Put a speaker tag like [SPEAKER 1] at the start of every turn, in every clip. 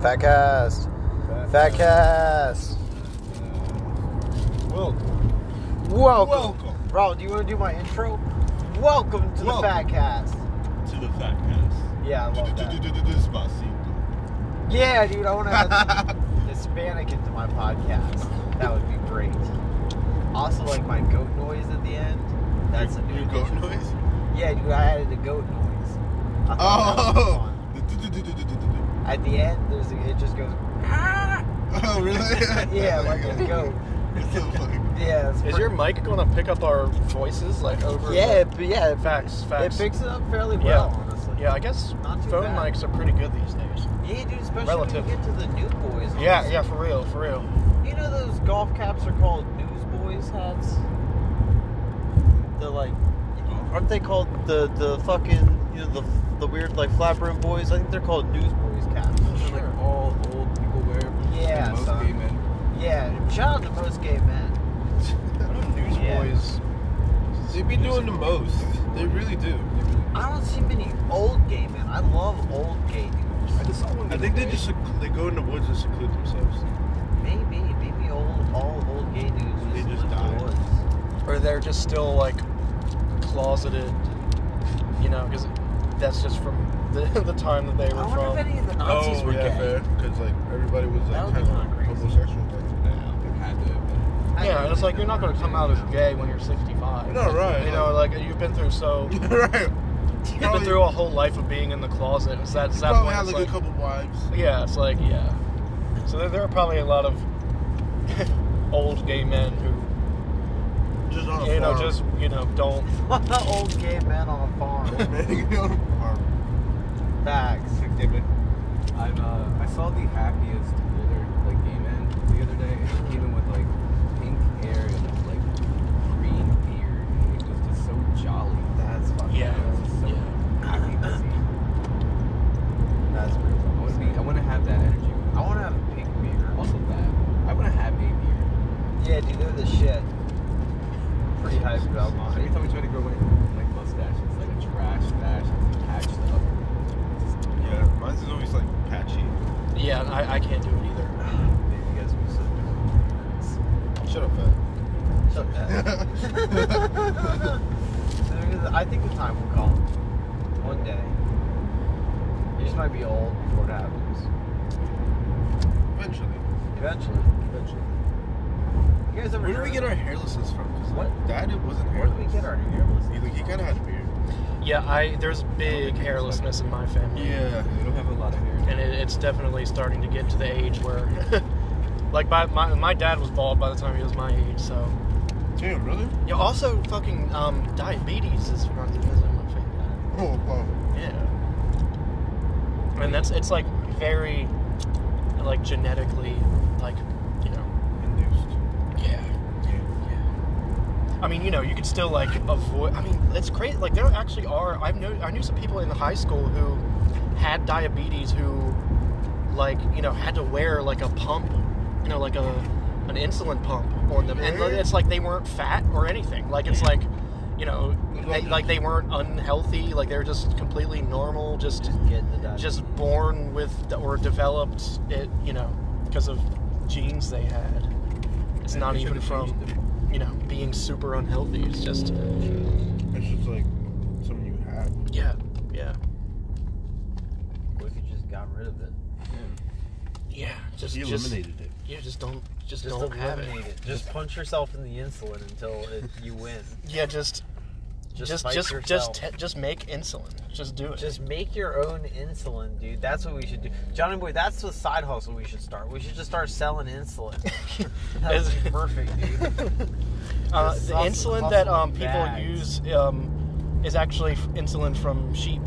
[SPEAKER 1] Fatcast. Fatcast.
[SPEAKER 2] Well,
[SPEAKER 1] Welcome.
[SPEAKER 2] Welcome.
[SPEAKER 1] Raul, do you want to do my intro? Welcome to the
[SPEAKER 2] Welcome.
[SPEAKER 1] Fatcast.
[SPEAKER 2] to the fat cast.
[SPEAKER 1] Yeah, I love that.
[SPEAKER 2] Despacito.
[SPEAKER 1] Yeah, dude, I want to have Hispanic into my podcast. That would be great. Also, like my goat noise at the end. That's a
[SPEAKER 2] Your-
[SPEAKER 1] new
[SPEAKER 2] your goat
[SPEAKER 1] addition.
[SPEAKER 2] noise.
[SPEAKER 1] Yeah, dude, I added a goat noise. I thought that was
[SPEAKER 2] Oh.
[SPEAKER 1] fun.
[SPEAKER 2] The du- du- du- du- du- du- du.
[SPEAKER 1] At the end, there's a, it just goes. "Ah!"
[SPEAKER 2] Oh really?
[SPEAKER 1] Yeah, like a goat.
[SPEAKER 2] It's so funny.
[SPEAKER 1] Yeah. it's
[SPEAKER 3] Is
[SPEAKER 1] pretty-
[SPEAKER 3] your mic going to pick up our voices like over?
[SPEAKER 1] Yeah, it, yeah, it,
[SPEAKER 3] facts,
[SPEAKER 1] it
[SPEAKER 3] facts.
[SPEAKER 1] picks it up fairly
[SPEAKER 3] yeah,
[SPEAKER 1] well, honestly.
[SPEAKER 3] yeah. I guess
[SPEAKER 1] Not too
[SPEAKER 3] phone
[SPEAKER 1] bad.
[SPEAKER 3] mics are pretty good these days.
[SPEAKER 1] Yeah, dude, especially
[SPEAKER 3] Relative.
[SPEAKER 1] when you get to the new boys.
[SPEAKER 3] Yeah, yeah, for real, for real.
[SPEAKER 1] You know those golf caps are called newsboys hats? They're like, aren't they called the the fucking you know the the weird like flat brim boys? I think they're called newsboys caps. Those are like all old people wear. Yeah,
[SPEAKER 2] Most
[SPEAKER 1] son.
[SPEAKER 2] gay men.
[SPEAKER 1] yeah. Shout out to most gay men.
[SPEAKER 3] Newsboys.
[SPEAKER 2] They be doing the most. They really do.
[SPEAKER 1] I don't see many old gay men. I love old gay dudes.
[SPEAKER 3] just saw one.
[SPEAKER 4] I think they just sec- they go in the woods and seclude themselves.
[SPEAKER 1] Maybe maybe old all old gay dudes
[SPEAKER 4] They
[SPEAKER 1] live
[SPEAKER 4] just
[SPEAKER 1] in
[SPEAKER 4] die.
[SPEAKER 1] the woods.
[SPEAKER 3] or they're just still like closeted, you know, because that's just from the, the time that they
[SPEAKER 1] I
[SPEAKER 3] were
[SPEAKER 1] wonder
[SPEAKER 3] from.
[SPEAKER 1] if any of the Nazis
[SPEAKER 4] oh
[SPEAKER 1] were
[SPEAKER 4] yeah,
[SPEAKER 1] gay.
[SPEAKER 4] because like everybody was
[SPEAKER 1] That
[SPEAKER 4] like
[SPEAKER 1] would be
[SPEAKER 4] kind
[SPEAKER 1] kinda
[SPEAKER 4] of
[SPEAKER 1] crazy.
[SPEAKER 4] homosexual. Like,
[SPEAKER 3] yeah, and it's like you're not going to come out as gay when you're 65.
[SPEAKER 4] No, right,
[SPEAKER 3] You know, like you've been through so.
[SPEAKER 4] right.
[SPEAKER 3] You've been
[SPEAKER 4] Probably-
[SPEAKER 3] through a whole life of being in the closet. It's that, it's that
[SPEAKER 4] Probably
[SPEAKER 3] point,
[SPEAKER 4] had
[SPEAKER 3] it's
[SPEAKER 4] like,
[SPEAKER 3] like-
[SPEAKER 4] a couple wives.
[SPEAKER 3] Yeah, it's like yeah. So there, there are probably a lot of old gay men who
[SPEAKER 4] Just on a
[SPEAKER 3] you know
[SPEAKER 4] farm.
[SPEAKER 3] just you know don't.
[SPEAKER 1] not old gay men on a farm.
[SPEAKER 4] man, on a farm.
[SPEAKER 1] Facts.
[SPEAKER 5] I've uh, I saw the happiest older like gay man the other day. and He came in with like pink hair and this like green beard. And he was just so jolly.
[SPEAKER 1] That's fucking.
[SPEAKER 3] Yeah.
[SPEAKER 5] I was so happy to see.
[SPEAKER 1] That's pretty
[SPEAKER 5] I want to be. I want to have that energy.
[SPEAKER 1] I want to have a pink beard.
[SPEAKER 5] Also that. I want to have a beard.
[SPEAKER 1] Yeah, dude, they're the shit. Pretty hyped about
[SPEAKER 5] Every
[SPEAKER 1] mine.
[SPEAKER 5] time I try to grow my like mustache, it's like a trash stash. It's patched up.
[SPEAKER 4] Yeah, mine's is always like patchy.
[SPEAKER 3] Yeah, I, I can't do it either.
[SPEAKER 1] Man, you guys be so
[SPEAKER 4] Shut up, fat.
[SPEAKER 1] Shut that. There is- I think the time will come. One day. You just might be old before it happens.
[SPEAKER 4] Eventually.
[SPEAKER 1] Eventually.
[SPEAKER 4] Eventually.
[SPEAKER 1] You guys ever
[SPEAKER 4] Where do we
[SPEAKER 1] heard
[SPEAKER 4] get
[SPEAKER 1] of-
[SPEAKER 4] our hairlessness from? 'Cause, like,
[SPEAKER 1] What?
[SPEAKER 4] Dad, it wasn't
[SPEAKER 1] Where
[SPEAKER 4] hairless.
[SPEAKER 1] do we get our hairless?
[SPEAKER 4] He, he kind of had a beard.
[SPEAKER 3] Yeah, I there's big hairlessness in my family.
[SPEAKER 4] Yeah.
[SPEAKER 5] We don't have a lot of hair.
[SPEAKER 3] and it, it's definitely starting to get to the age where, like, my, my my dad was bald by the time he was my age. So
[SPEAKER 4] Damn, really?
[SPEAKER 3] yeah, also fucking um, diabetes is runs in his my family.
[SPEAKER 4] Oh, wow.
[SPEAKER 3] Yeah. And that's it's like very like genetically like you know
[SPEAKER 4] Induced.
[SPEAKER 3] yeah. I mean, you know, you could still like avoid. I mean, it's crazy. Like there actually are. I know. I knew some people in the high school who had diabetes who, like, you know, had to wear like a pump, you know, like a an insulin pump on them, and like, it's like they weren't fat or anything. Like it's like, you know, they, like they weren't unhealthy. Like they were just completely normal. Just
[SPEAKER 1] Get the diabetes.
[SPEAKER 3] just born with or developed it, you know, because of genes they had. It's not
[SPEAKER 4] they
[SPEAKER 3] even
[SPEAKER 4] should've
[SPEAKER 3] from, you know, being super unhealthy. It's just,
[SPEAKER 4] It's just like something you have.
[SPEAKER 3] yeah, yeah,
[SPEAKER 1] What if you just got rid of it?
[SPEAKER 3] yeah. Just,
[SPEAKER 4] He
[SPEAKER 3] just,
[SPEAKER 4] eliminated it.
[SPEAKER 3] yeah, just don't, just,
[SPEAKER 1] Just
[SPEAKER 3] don't have it.
[SPEAKER 1] eliminate it. Just punch yourself in the insulin until it, you win.
[SPEAKER 3] Yeah, just,
[SPEAKER 1] Just
[SPEAKER 3] just,
[SPEAKER 1] fight
[SPEAKER 3] just,
[SPEAKER 1] yourself.
[SPEAKER 3] just, te- just make insulin. Just do it.
[SPEAKER 1] Just make your own insulin, dude. That's what we should do, Johnny Boy. That's the side hustle we should start. We should just start selling insulin. That's
[SPEAKER 3] Is-
[SPEAKER 1] perfect, dude.
[SPEAKER 3] uh,
[SPEAKER 1] just
[SPEAKER 3] the
[SPEAKER 1] hustle-
[SPEAKER 3] insulin
[SPEAKER 1] hustle
[SPEAKER 3] that um, people
[SPEAKER 1] bags.
[SPEAKER 3] use um, is actually f- insulin from sheep,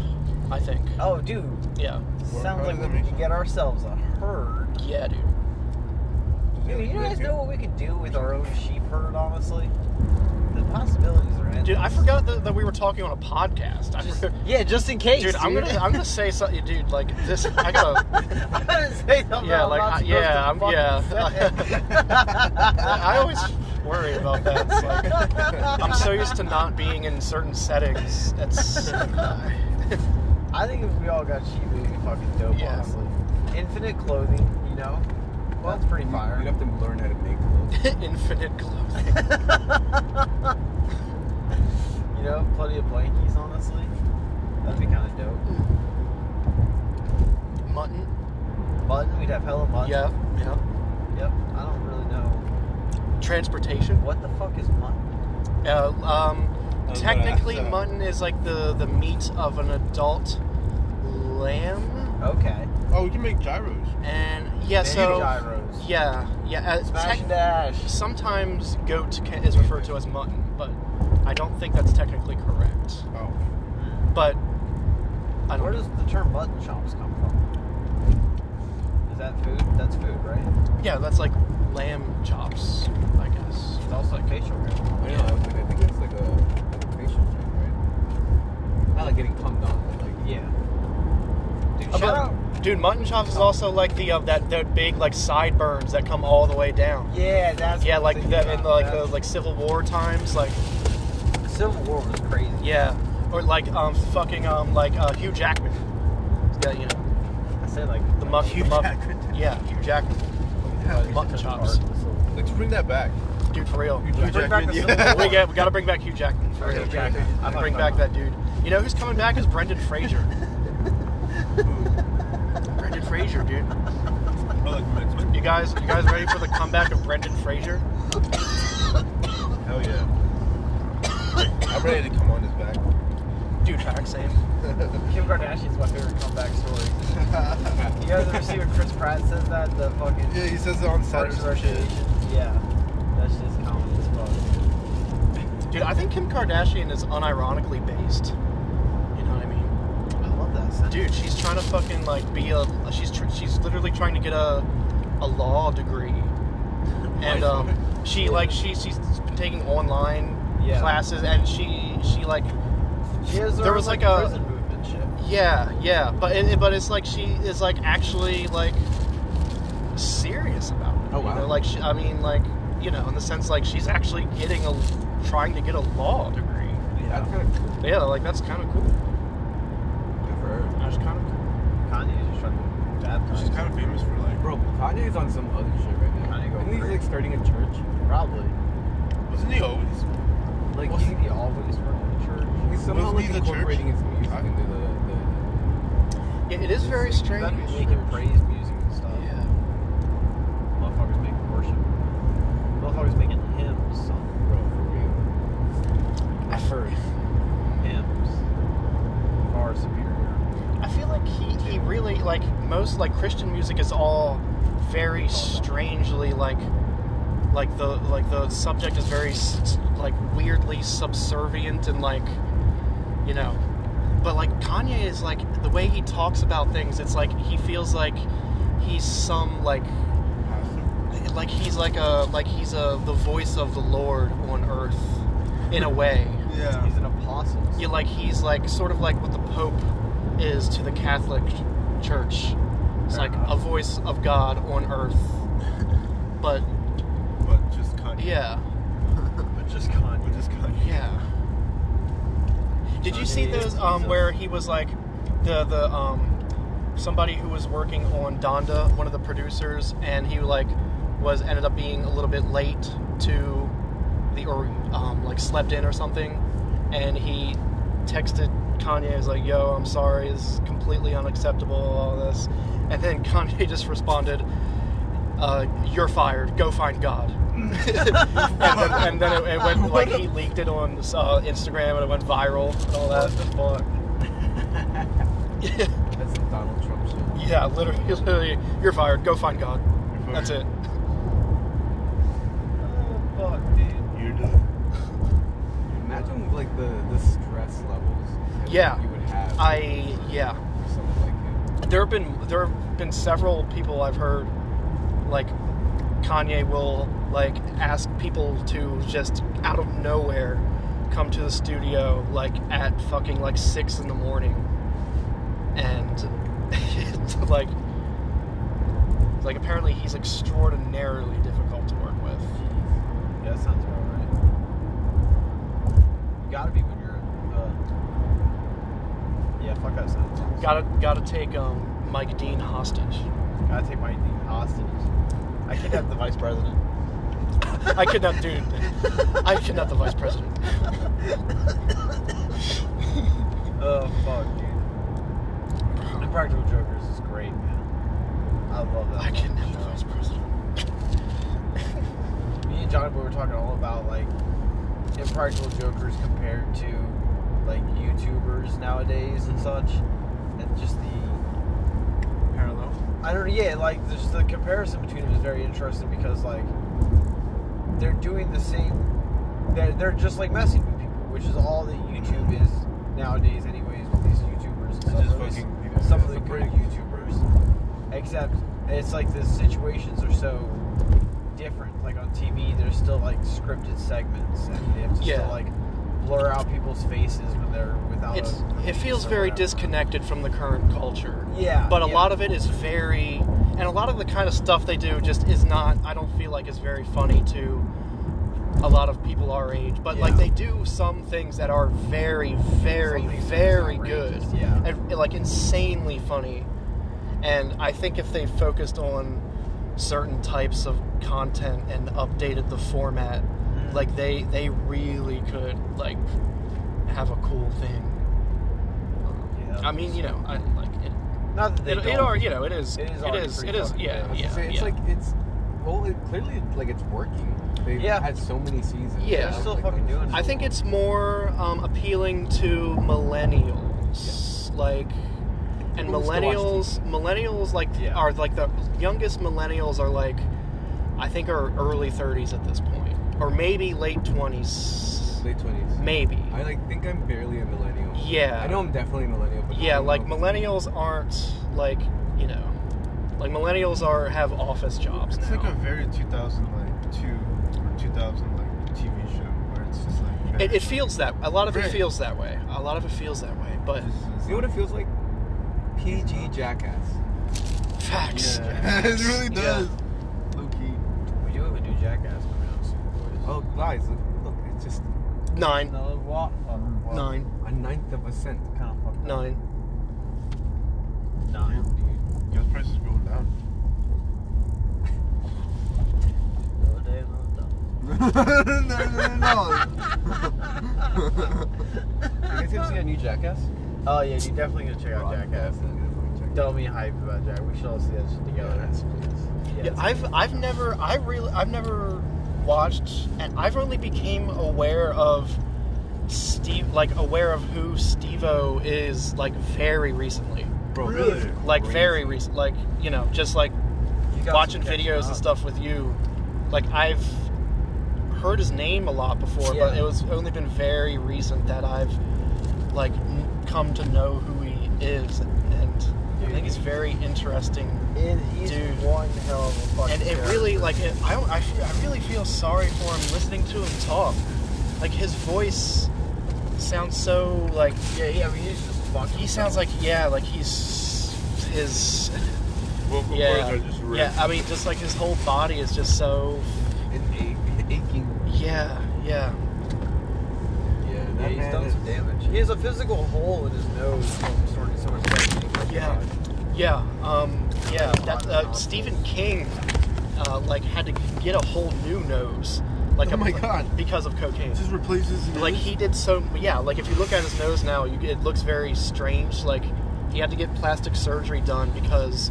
[SPEAKER 3] I think.
[SPEAKER 1] Oh, dude.
[SPEAKER 3] Yeah,
[SPEAKER 4] how
[SPEAKER 1] sounds
[SPEAKER 4] does
[SPEAKER 1] like we
[SPEAKER 4] that
[SPEAKER 1] need
[SPEAKER 4] make
[SPEAKER 1] to get ourselves a herd.
[SPEAKER 3] yeah, dude.
[SPEAKER 1] Dude, you guys
[SPEAKER 4] Yeah.
[SPEAKER 1] know what we could do with our own sheep herd? Honestly, the possibilities are endless.
[SPEAKER 3] Dude, I forgot that, that we were talking on a podcast. I
[SPEAKER 1] Just,
[SPEAKER 3] forgot-
[SPEAKER 1] yeah, just in case,
[SPEAKER 3] dude, I'm gonna I'm gonna say something, dude. Like this, I gotta.
[SPEAKER 1] I'm gonna say something.
[SPEAKER 3] Yeah,
[SPEAKER 1] I'm
[SPEAKER 3] like,
[SPEAKER 1] not
[SPEAKER 3] I-
[SPEAKER 1] supposed
[SPEAKER 3] yeah,
[SPEAKER 1] to
[SPEAKER 3] I'm-
[SPEAKER 1] fucking
[SPEAKER 3] yeah. I always worry about that. It's like, I'm so used to not being in certain settings. That's
[SPEAKER 1] I think if we all got Shiba, it'd be fucking dope,
[SPEAKER 3] Yeah.
[SPEAKER 1] honestly. Infinite clothing, you know?
[SPEAKER 5] Well,
[SPEAKER 1] That's pretty
[SPEAKER 5] you-
[SPEAKER 1] fire.
[SPEAKER 5] You'd have to learn how to make clothes.
[SPEAKER 3] Infinite clothing.
[SPEAKER 1] you know, plenty of blankies, honestly. That'd be kind of dope.
[SPEAKER 3] Mutton.
[SPEAKER 1] Mutton, we'd have hella mutton.
[SPEAKER 3] Yeah. Yeah.
[SPEAKER 1] Yep. I don't really know.
[SPEAKER 3] Transportation.
[SPEAKER 1] What the fuck is mutton?
[SPEAKER 3] Uh, um,
[SPEAKER 4] gonna
[SPEAKER 3] technically,
[SPEAKER 4] ask that.
[SPEAKER 3] mutton is like the the meat of an adult lamb,
[SPEAKER 1] Okay.
[SPEAKER 4] Oh, we can make gyros.
[SPEAKER 3] and yeah,
[SPEAKER 1] Baby
[SPEAKER 3] so
[SPEAKER 1] gyros.
[SPEAKER 3] yeah, yeah. Uh,
[SPEAKER 1] Smash
[SPEAKER 3] tec-
[SPEAKER 1] and dash.
[SPEAKER 3] sometimes goat ca- is referred to as mutton, but I don't think that's technically correct.
[SPEAKER 4] Oh,
[SPEAKER 3] But I don't.
[SPEAKER 1] Where does the term mutton chops come from? Is that food? That's food, right?
[SPEAKER 3] Yeah, that's like lamb chops, I guess.
[SPEAKER 1] It's also a facial hair.
[SPEAKER 5] I know. I, was like, I think that's like a, like a facial thing, right? Not like getting cummed on, but like
[SPEAKER 1] Yeah. Dude,
[SPEAKER 3] Uh,
[SPEAKER 1] shout
[SPEAKER 3] but-
[SPEAKER 1] out.
[SPEAKER 3] Dude, mutton chops is also like the uh, that that big like sideburns that come all the way down.
[SPEAKER 1] Yeah, that's.
[SPEAKER 3] Yeah,
[SPEAKER 1] what
[SPEAKER 3] like
[SPEAKER 1] I'm
[SPEAKER 3] that
[SPEAKER 1] thinking
[SPEAKER 3] in
[SPEAKER 1] about.
[SPEAKER 3] like those like Civil War times, like
[SPEAKER 1] The Civil War was crazy.
[SPEAKER 3] yeah, or like um fucking um like uh, Hugh Jackman. Yeah, you know
[SPEAKER 1] I said like
[SPEAKER 3] the muff Hugh muff. Yeah, Hugh Jackman. Mutton chops,
[SPEAKER 4] let's bring that back.
[SPEAKER 3] dude, for real.
[SPEAKER 4] Hugh
[SPEAKER 1] bring back the
[SPEAKER 4] Jackman,
[SPEAKER 1] Civil
[SPEAKER 4] yeah.
[SPEAKER 3] We, got, we gotta bring back Hugh Jackman. For
[SPEAKER 1] Bring
[SPEAKER 3] real.
[SPEAKER 1] Hugh Jackman.
[SPEAKER 3] I
[SPEAKER 1] I'm
[SPEAKER 3] bring
[SPEAKER 1] not-
[SPEAKER 3] back that dude. You know who's coming back is Brendan Fraser. Brendan Fraser, dude.
[SPEAKER 4] I like Mexican.
[SPEAKER 3] You guys, you guys ready for the comeback of Brendan Fraser?
[SPEAKER 4] Hell yeah. I'm ready to come on this back.
[SPEAKER 3] Dude, fact same.
[SPEAKER 1] Kim Kardashian's my favorite comeback story. You guys ever see what Chris Pratt says that the fucking
[SPEAKER 4] Yeah, he says it on set or
[SPEAKER 1] Parks and
[SPEAKER 4] some shit.
[SPEAKER 1] Recreation? Yeah, that's just comedy as fuck.
[SPEAKER 3] Dude, I think Kim Kardashian is unironically based. You know what I mean?
[SPEAKER 1] I love that. Sentence.
[SPEAKER 3] Dude, she's trying to fucking like be a. She's tr- she's literally trying to get a a law degree, and um, she like she she's been taking online
[SPEAKER 1] Yeah.
[SPEAKER 3] classes, and she she like
[SPEAKER 1] She has her
[SPEAKER 3] there
[SPEAKER 1] own,
[SPEAKER 3] was like
[SPEAKER 1] like
[SPEAKER 3] a-
[SPEAKER 1] prison movement shit.
[SPEAKER 3] yeah yeah, but it, but it's like she is like actually like serious about it.
[SPEAKER 5] Oh,
[SPEAKER 3] You
[SPEAKER 5] wow.
[SPEAKER 3] know, like she, I mean like you know in the sense like she's actually getting a trying to get a law degree.
[SPEAKER 5] that's kind of cool.
[SPEAKER 3] Yeah, like that's kind of cool.
[SPEAKER 5] Good for her.
[SPEAKER 3] That's kind of cool.
[SPEAKER 1] Kanye's just trying to get baptized.
[SPEAKER 4] She's kind of famous for like,
[SPEAKER 5] Bro, Kanye's on some other shit right now.
[SPEAKER 1] Kanye going
[SPEAKER 5] Isn't he
[SPEAKER 1] crazy.
[SPEAKER 5] like starting a church?
[SPEAKER 1] probably.
[SPEAKER 4] wasn't he always?
[SPEAKER 5] Like
[SPEAKER 1] Like,
[SPEAKER 5] he,
[SPEAKER 1] wasn't he always from the church?
[SPEAKER 5] he's somehow
[SPEAKER 4] wasn't
[SPEAKER 5] like
[SPEAKER 4] he the
[SPEAKER 5] incorporating his music
[SPEAKER 4] I-
[SPEAKER 5] into the. the
[SPEAKER 3] It, it is very strange.
[SPEAKER 1] That'd be making praise music and stuff.
[SPEAKER 3] Yeah.
[SPEAKER 1] Motherfuckers making worship. Motherfuckers making hymns. Son.
[SPEAKER 5] Bro, for real.
[SPEAKER 3] I,
[SPEAKER 1] Hymns. Far superior.
[SPEAKER 3] I feel like he, he really like most like Christian music is all very strangely like like the like the subject is very s- like weirdly subservient and like you know but like Kanye is like the way he talks about things it's like he feels like he's some like like he's like a like he's a the voice of the Lord on earth in a way
[SPEAKER 4] Yeah.
[SPEAKER 1] He's an apostle.
[SPEAKER 3] Yeah, like he's like sort of like what the Pope is to the Catholic Church. It's like a voice of God on earth. But
[SPEAKER 4] But just Kanye.
[SPEAKER 3] yeah,
[SPEAKER 1] But just Kanye.
[SPEAKER 4] But just Kanye.
[SPEAKER 3] yeah. Did you see those um, where he was like the the um somebody who was working on Donda, one of the producers, and he like was ended up being a little bit late to the or um, like slept in or something, and he texted Kanye is like, "Yo, I'm sorry, it's completely unacceptable, all this," and then Kanye just responded. Uh, you're fired. Go find God.
[SPEAKER 1] Mm.
[SPEAKER 3] and then, and then it, it went like he leaked it on uh, Instagram and it went viral and all that.
[SPEAKER 5] That's some Donald Trump shit.
[SPEAKER 3] Yeah, literally, literally, you're fired. Go find God. That's it.
[SPEAKER 1] Oh, fuck, dude.
[SPEAKER 4] You're done.
[SPEAKER 5] Imagine like the, the stress levels that
[SPEAKER 3] Yeah.
[SPEAKER 5] you would have
[SPEAKER 3] I yeah.
[SPEAKER 5] for someone like him.
[SPEAKER 3] There have been there have been several people I've heard like Kanye will like ask people to just out of nowhere come to the studio like at fucking like six in the morning and like like apparently he's extraordinarily difficult to work with.
[SPEAKER 1] Yeah, that sounds about right. You gotta be when you're. Uh, yeah, fuck out of Santa Claus.
[SPEAKER 3] Gotta gotta take um, Mike Dean hostage.
[SPEAKER 1] Gotta take my hostage. I kidnapped the vice president.
[SPEAKER 3] I kidnapped dude. I kidnapped the vice president.
[SPEAKER 1] Oh fuck, dude. Impractical Jokers is great, man. I love that.
[SPEAKER 3] I
[SPEAKER 1] fucking
[SPEAKER 3] kidnapped the
[SPEAKER 1] show.
[SPEAKER 3] vice president.
[SPEAKER 1] Me and Johnny Boy were talking all about like impractical jokers compared to like YouTubers nowadays and such, and just the
[SPEAKER 5] Parallel.
[SPEAKER 1] I don't yeah like just the comparison between them is very interesting because like they're doing the same they're, they're just like messing with people, which is all that YouTube is nowadays, anyways. With these YouTubers, and
[SPEAKER 4] It's
[SPEAKER 1] stuff,
[SPEAKER 4] just
[SPEAKER 1] or at least
[SPEAKER 4] fucking people
[SPEAKER 1] some of
[SPEAKER 4] with
[SPEAKER 1] the
[SPEAKER 4] the
[SPEAKER 1] good
[SPEAKER 4] break.
[SPEAKER 1] YouTubers. Except it's like the situations are so different. Like on TV, there's still like scripted segments, and they have to
[SPEAKER 3] Yeah.
[SPEAKER 1] still like blur out people's faces when they're without.
[SPEAKER 3] It's
[SPEAKER 1] a
[SPEAKER 3] it feels
[SPEAKER 1] or
[SPEAKER 3] very
[SPEAKER 1] whatever.
[SPEAKER 3] disconnected from the current culture.
[SPEAKER 1] Yeah,
[SPEAKER 3] But a
[SPEAKER 1] yeah.
[SPEAKER 3] lot of it is very and a lot of the kind of stuff they do just is not I don't feel like is very funny to a lot of people our age. But like
[SPEAKER 1] Yeah.
[SPEAKER 3] they do some things that are very, very,
[SPEAKER 1] Some things are
[SPEAKER 3] very good.
[SPEAKER 1] outrageous, yeah.
[SPEAKER 3] And, like insanely funny. And I think if they focused on certain types of content and updated the format,
[SPEAKER 1] Mm-hmm.
[SPEAKER 3] like they they really could like have a cool thing.
[SPEAKER 1] Yeah.
[SPEAKER 3] I mean, you know, I like it.
[SPEAKER 1] Not that they
[SPEAKER 3] It, it
[SPEAKER 1] don't.
[SPEAKER 3] are, you know, it is.
[SPEAKER 1] It
[SPEAKER 3] It
[SPEAKER 1] is
[SPEAKER 3] is. It
[SPEAKER 1] already
[SPEAKER 3] is.
[SPEAKER 1] pretty fucking
[SPEAKER 3] yeah,
[SPEAKER 1] good.
[SPEAKER 3] yeah,
[SPEAKER 5] So it's
[SPEAKER 3] yeah.
[SPEAKER 5] like it's well, it, clearly like it's working. They've
[SPEAKER 1] Yeah.
[SPEAKER 5] had so many seasons.
[SPEAKER 3] Yeah. They're
[SPEAKER 1] still fucking doing it.
[SPEAKER 3] I think it's more um, appealing to millennials, like, and
[SPEAKER 5] Who wants to watch
[SPEAKER 3] millennials, millennials like
[SPEAKER 1] Yeah.
[SPEAKER 3] are like the youngest millennials are like, I think are early thirties at this point, or maybe late twenties,
[SPEAKER 5] Late twenties.
[SPEAKER 3] maybe.
[SPEAKER 5] I like think I'm barely a millennial.
[SPEAKER 3] Yeah.
[SPEAKER 5] I know I'm definitely a millennial. But I
[SPEAKER 3] Yeah,
[SPEAKER 5] don't
[SPEAKER 3] like
[SPEAKER 5] know.
[SPEAKER 3] millennials aren't like you know, like millennials are have office jobs
[SPEAKER 4] It's
[SPEAKER 3] now.
[SPEAKER 4] like a very 2000 like two or 2000 like TV show where it's just like very-
[SPEAKER 3] it, it feels that a lot of it
[SPEAKER 4] Right.
[SPEAKER 3] feels that way. A lot of it feels that way, but
[SPEAKER 5] You know what it feels like? PG Jackass.
[SPEAKER 3] facts.
[SPEAKER 4] it really does. Low key.
[SPEAKER 1] We do have a new Jackass coming out soon, boys.
[SPEAKER 5] Oh, guys, look, look, it's just
[SPEAKER 3] Nine,
[SPEAKER 1] No, what? Fuck, um, what?
[SPEAKER 3] nine,
[SPEAKER 5] a ninth of a cent.
[SPEAKER 1] Kind of fucked up.
[SPEAKER 3] nine.
[SPEAKER 1] Nine, dude.
[SPEAKER 4] Gas prices going down.
[SPEAKER 1] Another day, another day.
[SPEAKER 4] no, no, no, no.
[SPEAKER 5] You guys gonna see a new Jackass?
[SPEAKER 1] Oh yeah, you definitely gonna check out Jackass.
[SPEAKER 5] Jackass.
[SPEAKER 1] Don't be hype about Jack. We should all see that shit together.
[SPEAKER 5] Yes, please.
[SPEAKER 1] Yeah,
[SPEAKER 3] Yeah, I've I've never I really I've never watched and I've only became aware of Steve like aware of who Stevo is like very recently.
[SPEAKER 5] Bro,
[SPEAKER 4] Really?
[SPEAKER 5] this is
[SPEAKER 3] Like
[SPEAKER 5] crazy.
[SPEAKER 3] very recent like you know, just like
[SPEAKER 1] You got
[SPEAKER 3] watching
[SPEAKER 1] some catching
[SPEAKER 3] videos
[SPEAKER 1] up.
[SPEAKER 3] and stuff with you. Like I've heard his name a lot before, but
[SPEAKER 1] Yeah.
[SPEAKER 3] it was only been very recent that I've like n- come to know who he is and, and I think he's very interesting
[SPEAKER 1] It, he's
[SPEAKER 3] Dude.
[SPEAKER 1] one hell of a fucking.
[SPEAKER 3] and it
[SPEAKER 1] character.
[SPEAKER 3] really like it, I, don't- I f- I really feel sorry for him listening to him talk like his voice sounds so like
[SPEAKER 1] Yeah, yeah. I mean, he's just fucking.
[SPEAKER 3] he sounds like yeah like he's his
[SPEAKER 4] Vocal
[SPEAKER 3] yeah
[SPEAKER 4] cords are just ripped.
[SPEAKER 3] yeah i mean just like his whole body is just so
[SPEAKER 5] An ache, aching.
[SPEAKER 3] yeah yeah
[SPEAKER 5] Yeah,
[SPEAKER 1] Yeah,
[SPEAKER 5] that
[SPEAKER 1] he's
[SPEAKER 5] man
[SPEAKER 1] done
[SPEAKER 5] is-
[SPEAKER 1] some damage. He has a physical hole in his nose from absorbing so much damage.
[SPEAKER 3] Yeah. yeah um yeah that uh,
[SPEAKER 1] Awesome.
[SPEAKER 3] stephen king uh, like had to get a whole new nose like
[SPEAKER 4] Oh
[SPEAKER 3] a,
[SPEAKER 4] my God.
[SPEAKER 3] because of cocaine
[SPEAKER 4] Just replaces his
[SPEAKER 3] like he did so yeah like if you look at his nose now you, it looks very strange like he had to get plastic surgery done because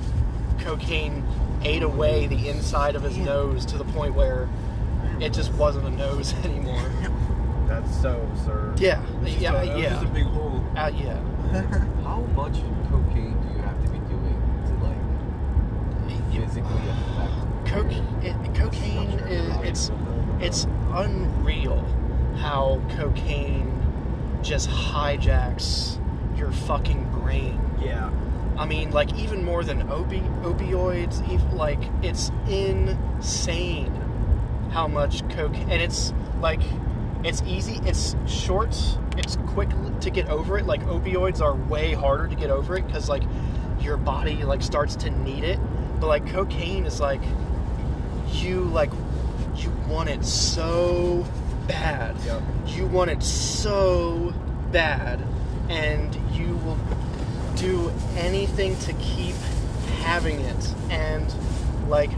[SPEAKER 3] cocaine ate away the inside of his nose to the point where it just wasn't a nose anymore
[SPEAKER 1] That's so absurd.
[SPEAKER 3] yeah
[SPEAKER 4] Yeah,
[SPEAKER 3] yeah
[SPEAKER 4] Just a
[SPEAKER 3] yeah
[SPEAKER 4] big hole.
[SPEAKER 3] uh, yeah
[SPEAKER 5] How much cocaine do you have to be doing to like physically affect?
[SPEAKER 3] Coke, it, cocaine is it's it's unreal how cocaine just hijacks your fucking brain
[SPEAKER 1] Yeah.
[SPEAKER 3] I mean, like even more than opi- opioids. Even, like it's insane how much coke, and it's like it's easy. It's short. It's quick to get over it. Like opioids are way harder to get over it because like your body like starts to need it. But like cocaine is like you like you want it so bad.
[SPEAKER 1] Yep.
[SPEAKER 3] You want it so bad, and you will do anything to keep having it, and like,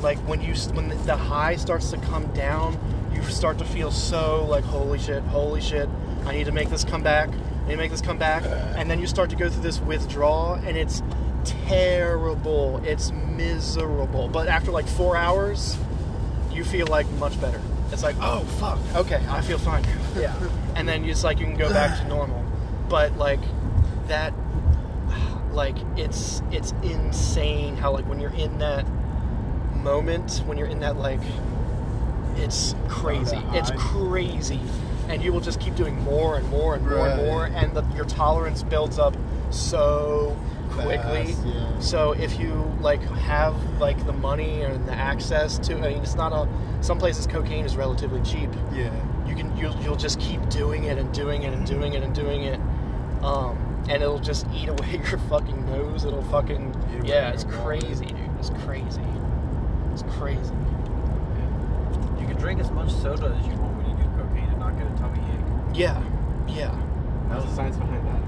[SPEAKER 3] like when you s- when the, the high starts to come down, you start to feel so like holy shit, holy shit, I need to make this come back, I need to make this come back, and then you start to go through this withdrawal, and it's terrible, it's miserable. But after like four hours, you feel like much better. It's like, oh fuck, okay, I feel fine.
[SPEAKER 1] Yeah.
[SPEAKER 3] and then it's like you can go back to normal. But like that, like it's it's insane how like when you're in that moment, when you're in that like, it's crazy. It's crazy, and you will just keep doing more and more and more and
[SPEAKER 2] Right.
[SPEAKER 3] more, and the, your tolerance builds up so quickly.
[SPEAKER 2] Fast, yeah.
[SPEAKER 3] So if you like have like the money and the access to, I mean, it's not a. Some places cocaine is relatively cheap.
[SPEAKER 2] Yeah.
[SPEAKER 3] You can you'll, you'll just keep doing it and doing it and doing it and doing it, um, and it'll just eat away your fucking nose. It'll fucking
[SPEAKER 2] Eat away
[SPEAKER 3] yeah, it's
[SPEAKER 2] your wallet.
[SPEAKER 3] crazy, dude. It's crazy. It's crazy.
[SPEAKER 1] You can drink as much soda as you want when you do cocaine and not get a tummy ache.
[SPEAKER 3] Yeah, yeah.
[SPEAKER 5] How's the science behind that?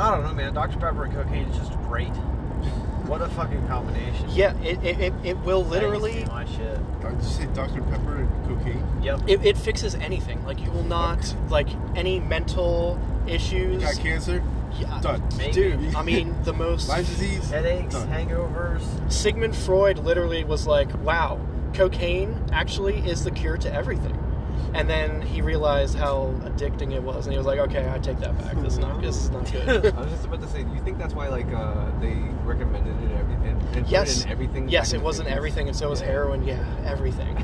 [SPEAKER 1] I don't know, man. Dr. Pepper and cocaine is just great. What a fucking combination.
[SPEAKER 3] Yeah, it, it, it, it will
[SPEAKER 1] That used to
[SPEAKER 3] literally
[SPEAKER 1] be My shit.
[SPEAKER 2] Did you say Dr. Pepper and cocaine?
[SPEAKER 1] Yep.
[SPEAKER 3] it, it fixes anything. Like you will not like any mental issues.
[SPEAKER 2] Got cancer?
[SPEAKER 3] Yeah.
[SPEAKER 2] Done.
[SPEAKER 1] Maybe.
[SPEAKER 3] Dude, uh, I mean the most
[SPEAKER 2] Lyme disease?
[SPEAKER 1] Headaches,
[SPEAKER 2] Done.
[SPEAKER 1] hangovers.
[SPEAKER 3] Sigmund Freud literally was like, wow, cocaine actually is the cure to everything. And then he realized how addicting it was, and he was like, "Okay, I take that back. This is not. This is not good."
[SPEAKER 5] I was just about to say, do you think that's why like uh, they recommended it every, and, and put it
[SPEAKER 3] yes,
[SPEAKER 5] in everything?
[SPEAKER 3] Yes,
[SPEAKER 5] back in
[SPEAKER 3] it
[SPEAKER 5] the
[SPEAKER 3] wasn't
[SPEAKER 5] 50s?
[SPEAKER 3] everything, and so was
[SPEAKER 5] Yeah.
[SPEAKER 3] heroin. Yeah, everything.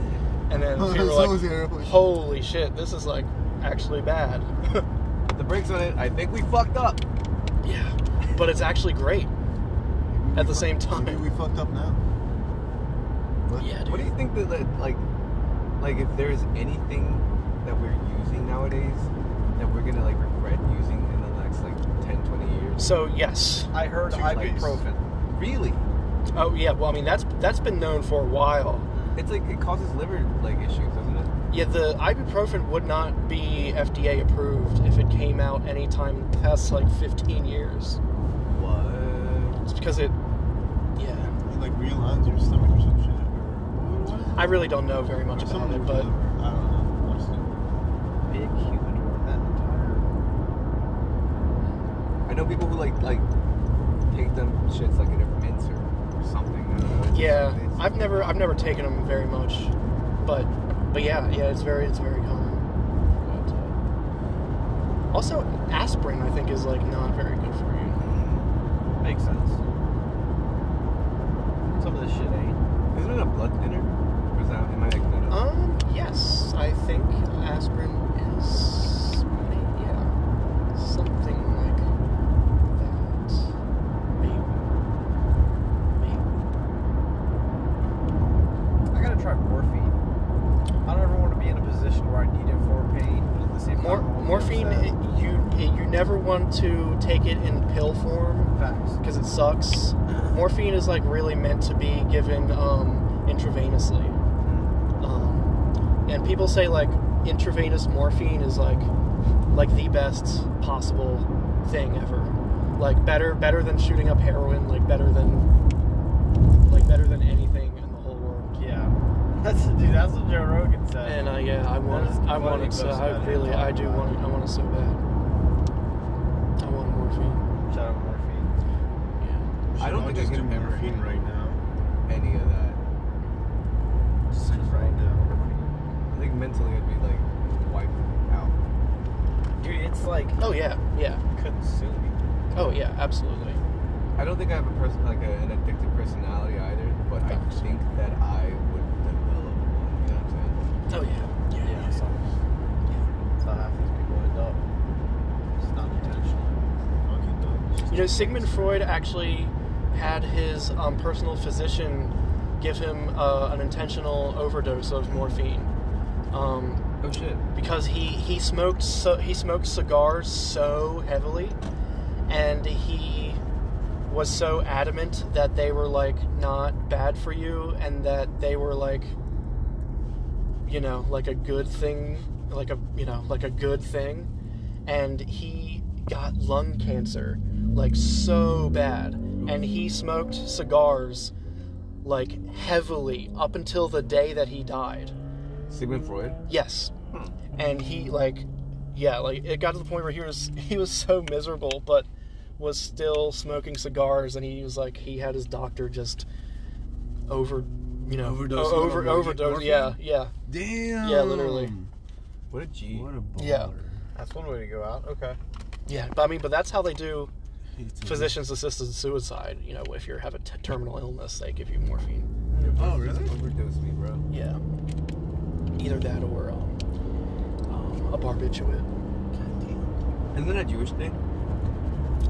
[SPEAKER 3] And then people
[SPEAKER 2] Oh, So
[SPEAKER 3] were
[SPEAKER 2] was
[SPEAKER 3] like,
[SPEAKER 2] heroin.
[SPEAKER 3] "Holy shit, this is like actually bad."
[SPEAKER 5] The brakes on it. I think we fucked up.
[SPEAKER 3] yeah, but it's actually great. At the same time.
[SPEAKER 2] Maybe we fucked up now. What?
[SPEAKER 3] Yeah,
[SPEAKER 5] What do
[SPEAKER 3] dude.
[SPEAKER 5] you think that that, like, like if there's anything that we're using nowadays that we're gonna like regret using in the next like 10, 20 years?
[SPEAKER 3] So yes.
[SPEAKER 1] I heard
[SPEAKER 5] Toothpaste.
[SPEAKER 1] ibuprofen.
[SPEAKER 5] Really?
[SPEAKER 3] Oh yeah. Well, I mean that's that's been known for a while.
[SPEAKER 5] It's like it causes liver like issues, doesn't it?
[SPEAKER 3] Yeah, the ibuprofen would not be FDA approved if it came out anytime past like 15 years.
[SPEAKER 5] What?
[SPEAKER 3] It's because it, yeah.
[SPEAKER 2] It like realigns your stomach or some shit. Or what?
[SPEAKER 3] I really don't know very much
[SPEAKER 2] Or
[SPEAKER 3] about
[SPEAKER 2] something
[SPEAKER 3] it,
[SPEAKER 2] with your
[SPEAKER 3] but
[SPEAKER 2] liver. I don't know. I'm just-
[SPEAKER 1] Big humidor. That entire.
[SPEAKER 5] I know people who like like take them shits like in a mince or, or something. I don't know. It's-
[SPEAKER 3] yeah,
[SPEAKER 5] it's-
[SPEAKER 3] I've never I've never taken them very much, but but yeah, yeah, it's very it's very common. But, uh, also, aspirin I think is like not very good for you.
[SPEAKER 1] Makes sense. Some of this shit ain't.
[SPEAKER 5] Isn't it a blood thinner? Or is that am I making that up?
[SPEAKER 3] Um, yes, I think aspirin is yeah something like that. Maybe. Maybe.
[SPEAKER 1] I gotta try morphine. I don't ever want to be in a position where I need it for pain, but at the same time, I
[SPEAKER 3] Mor-
[SPEAKER 1] won't be
[SPEAKER 3] morphine,
[SPEAKER 1] upset.
[SPEAKER 3] it, you it, you never want to take it in pill form
[SPEAKER 1] Facts.
[SPEAKER 3] because it sucks. Morphine is like really meant to be given um, intravenously, um, and people say like intravenous morphine is like like the best possible thing ever. Like better better than shooting up heroin. Like better than like better than anything in the whole world.
[SPEAKER 1] Yeah. That's dude. That's what Joe Rogan said.
[SPEAKER 3] And uh, yeah, I want
[SPEAKER 1] That is
[SPEAKER 3] it. I want
[SPEAKER 1] funny,
[SPEAKER 3] it. So
[SPEAKER 1] but it's
[SPEAKER 3] I
[SPEAKER 1] better
[SPEAKER 3] really,
[SPEAKER 1] than
[SPEAKER 3] I do
[SPEAKER 1] talking
[SPEAKER 3] want it. I want it so bad. I want morphine.
[SPEAKER 1] Shout out morphine.
[SPEAKER 3] Yeah.
[SPEAKER 5] I don't
[SPEAKER 2] Should
[SPEAKER 5] think I
[SPEAKER 2] just
[SPEAKER 5] can
[SPEAKER 2] do
[SPEAKER 5] ever-
[SPEAKER 2] morphine right now.
[SPEAKER 5] Any of that.
[SPEAKER 1] Just right now.
[SPEAKER 5] I think mentally I'd be like wiped out.
[SPEAKER 1] Dude, it's like
[SPEAKER 3] Oh yeah, yeah.
[SPEAKER 1] consuming.
[SPEAKER 3] Oh yeah, absolutely.
[SPEAKER 5] I don't think I have a person like a, an addictive personality either, but I
[SPEAKER 3] Gotcha.
[SPEAKER 5] think that I would develop one. You know what I'm saying?
[SPEAKER 3] Oh yeah. Yeah.
[SPEAKER 1] Yeah, so that's how half these people end up. It's not intentional.
[SPEAKER 2] Fucking dumb.
[SPEAKER 3] You know, Sigmund Freud actually had his um, personal physician give him uh, an intentional overdose of morphine. Um,
[SPEAKER 5] Oh shit!
[SPEAKER 3] because he he smoked so he smoked cigars so heavily, and he was so adamant that they were like not bad for you, and that they were like, you know, like a good thing, like a you know, like a good thing, and he got lung cancer, like so bad, and he smoked cigars, like heavily up until the day that he died.
[SPEAKER 5] Sigmund Freud.
[SPEAKER 3] Yes. And he like yeah, like it got to the point where he was he was so miserable but was still smoking cigars and he was like he had his doctor just over you know
[SPEAKER 4] Overdose
[SPEAKER 3] o-
[SPEAKER 4] on
[SPEAKER 3] over
[SPEAKER 4] morphi-
[SPEAKER 3] overdose
[SPEAKER 4] morphine?
[SPEAKER 3] yeah, yeah.
[SPEAKER 4] Damn.
[SPEAKER 3] Yeah, literally.
[SPEAKER 4] Hmm.
[SPEAKER 5] What a G.
[SPEAKER 4] What a baller.
[SPEAKER 3] Yeah.
[SPEAKER 1] That's one way to go out. Okay.
[SPEAKER 3] Yeah, but I mean but that's how they do
[SPEAKER 4] It's a-
[SPEAKER 3] physicians assisted suicide, you know, if you have a t- terminal illness, they give you morphine.
[SPEAKER 4] Oh,
[SPEAKER 5] Just
[SPEAKER 4] really?
[SPEAKER 5] Overdose me, bro.
[SPEAKER 3] Yeah. Either that or um, um, a barbiturate.
[SPEAKER 5] Isn't that a Jewish thing?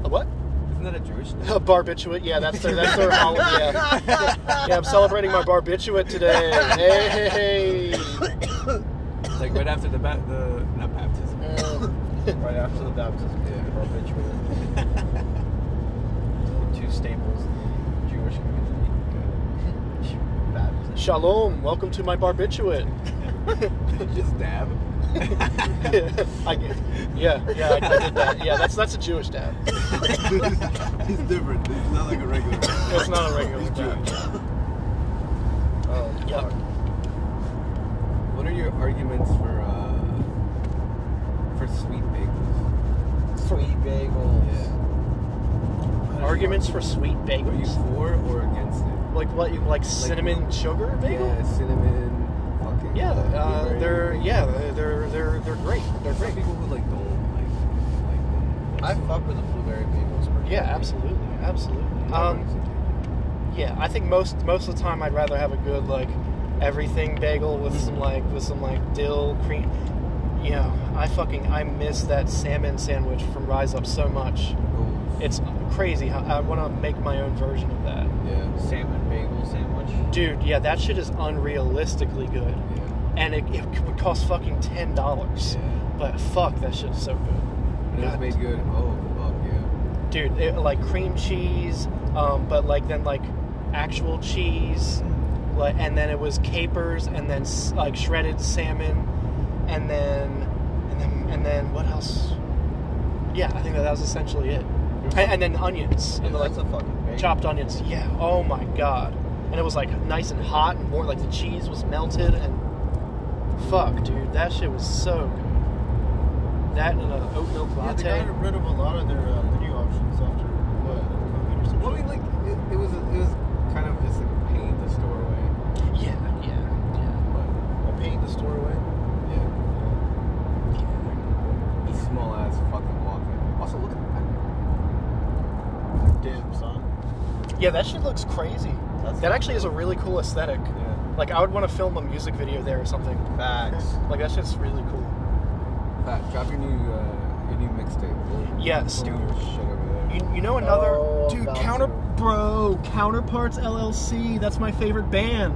[SPEAKER 3] A what?
[SPEAKER 5] Isn't that a Jewish thing?
[SPEAKER 3] A barbiturate, yeah, that's their that's their holiday. Yeah. yeah, I'm celebrating my barbiturate today. Hey, hey, hey.
[SPEAKER 5] like right after the ba- the not baptism.
[SPEAKER 3] Um,
[SPEAKER 1] Right after the baptism,
[SPEAKER 5] Yeah.
[SPEAKER 1] barbiturate. Two staples in the Jewish community. Baptism.
[SPEAKER 3] shalom, welcome to my barbiturate. Uh.
[SPEAKER 5] Just dab.
[SPEAKER 3] I get, yeah, yeah, I, I did that. Yeah, that's that's a Jewish dad.
[SPEAKER 4] it's different. It's not like a regular.
[SPEAKER 3] That's not a regular
[SPEAKER 4] It's
[SPEAKER 3] dad.
[SPEAKER 4] Jewish.
[SPEAKER 1] Oh,
[SPEAKER 3] Yeah.
[SPEAKER 5] What are your arguments for uh for sweet bagels?
[SPEAKER 1] sweet bagels.
[SPEAKER 3] Arguments for sweet
[SPEAKER 5] Are you
[SPEAKER 3] bagels.
[SPEAKER 5] for or against it?
[SPEAKER 3] Like what? Like cinnamon sugar bagel?
[SPEAKER 5] Yeah, cinnamon. Fucking.
[SPEAKER 3] Yeah, uh,
[SPEAKER 5] blueberry.
[SPEAKER 3] they're yeah they're they're they're great. They're
[SPEAKER 5] There's some
[SPEAKER 3] great.
[SPEAKER 5] people who like don't like like them.
[SPEAKER 1] I fuck with the blueberry bagels. pretty
[SPEAKER 3] Yeah,
[SPEAKER 1] good.
[SPEAKER 3] absolutely, absolutely. Um, yeah, I think most most of the time I'd rather have a good like everything bagel with some
[SPEAKER 5] Mm-hmm.
[SPEAKER 3] like with some like dill cream. You know, I fucking I miss that salmon sandwich from Rise Up so much.
[SPEAKER 5] Oh,
[SPEAKER 3] It's crazy. how I want to make my own version of that.
[SPEAKER 5] yeah.
[SPEAKER 1] Salmon bagel sandwich.
[SPEAKER 3] Dude, yeah, that shit is unrealistically good,
[SPEAKER 5] Yeah.
[SPEAKER 3] and it, it would cost fucking ten dollars.
[SPEAKER 5] Yeah.
[SPEAKER 3] But fuck, that shit's so good.
[SPEAKER 5] And it was
[SPEAKER 3] God.
[SPEAKER 5] made good. Oh fuck yeah.
[SPEAKER 3] dude it, like cream cheese um, but like then like actual cheese like and then it was capers and then s- like shredded salmon and then and then and then what else yeah i think that, that was essentially it and, and then onions and
[SPEAKER 1] Yeah,
[SPEAKER 3] like
[SPEAKER 1] that's a fucking bagel.
[SPEAKER 3] chopped onions yeah oh my god and it was like nice and hot and more like the cheese was melted and fuck dude that shit was so good that and an oat milk
[SPEAKER 2] Yeah, they
[SPEAKER 3] latte
[SPEAKER 2] got rid of a lot of their uh, menu options after what? COVID or some
[SPEAKER 5] Well, I mean, like it, it was it was kind of just like paint the store away,
[SPEAKER 3] yeah yeah yeah
[SPEAKER 5] but
[SPEAKER 2] shit? I paid the store away.
[SPEAKER 5] yeah. This small ass fucking walking. Also look at that.
[SPEAKER 2] Damn, son.
[SPEAKER 3] Yeah, that shit looks crazy.
[SPEAKER 1] That's
[SPEAKER 3] that actually is a really cool aesthetic.
[SPEAKER 5] Yeah.
[SPEAKER 3] Like, I would want to film a music video there or something.
[SPEAKER 1] Facts.
[SPEAKER 3] Like, that shit's really cool.
[SPEAKER 5] Pat, drop your new uh, your new mixtape.
[SPEAKER 3] Yes,
[SPEAKER 5] Put all
[SPEAKER 3] dude.
[SPEAKER 5] your Shit over there.
[SPEAKER 3] You, you know another
[SPEAKER 1] Oh, I'm
[SPEAKER 3] dude
[SPEAKER 1] down
[SPEAKER 3] counter
[SPEAKER 1] to it.
[SPEAKER 3] bro counterparts LLC. That's my favorite band.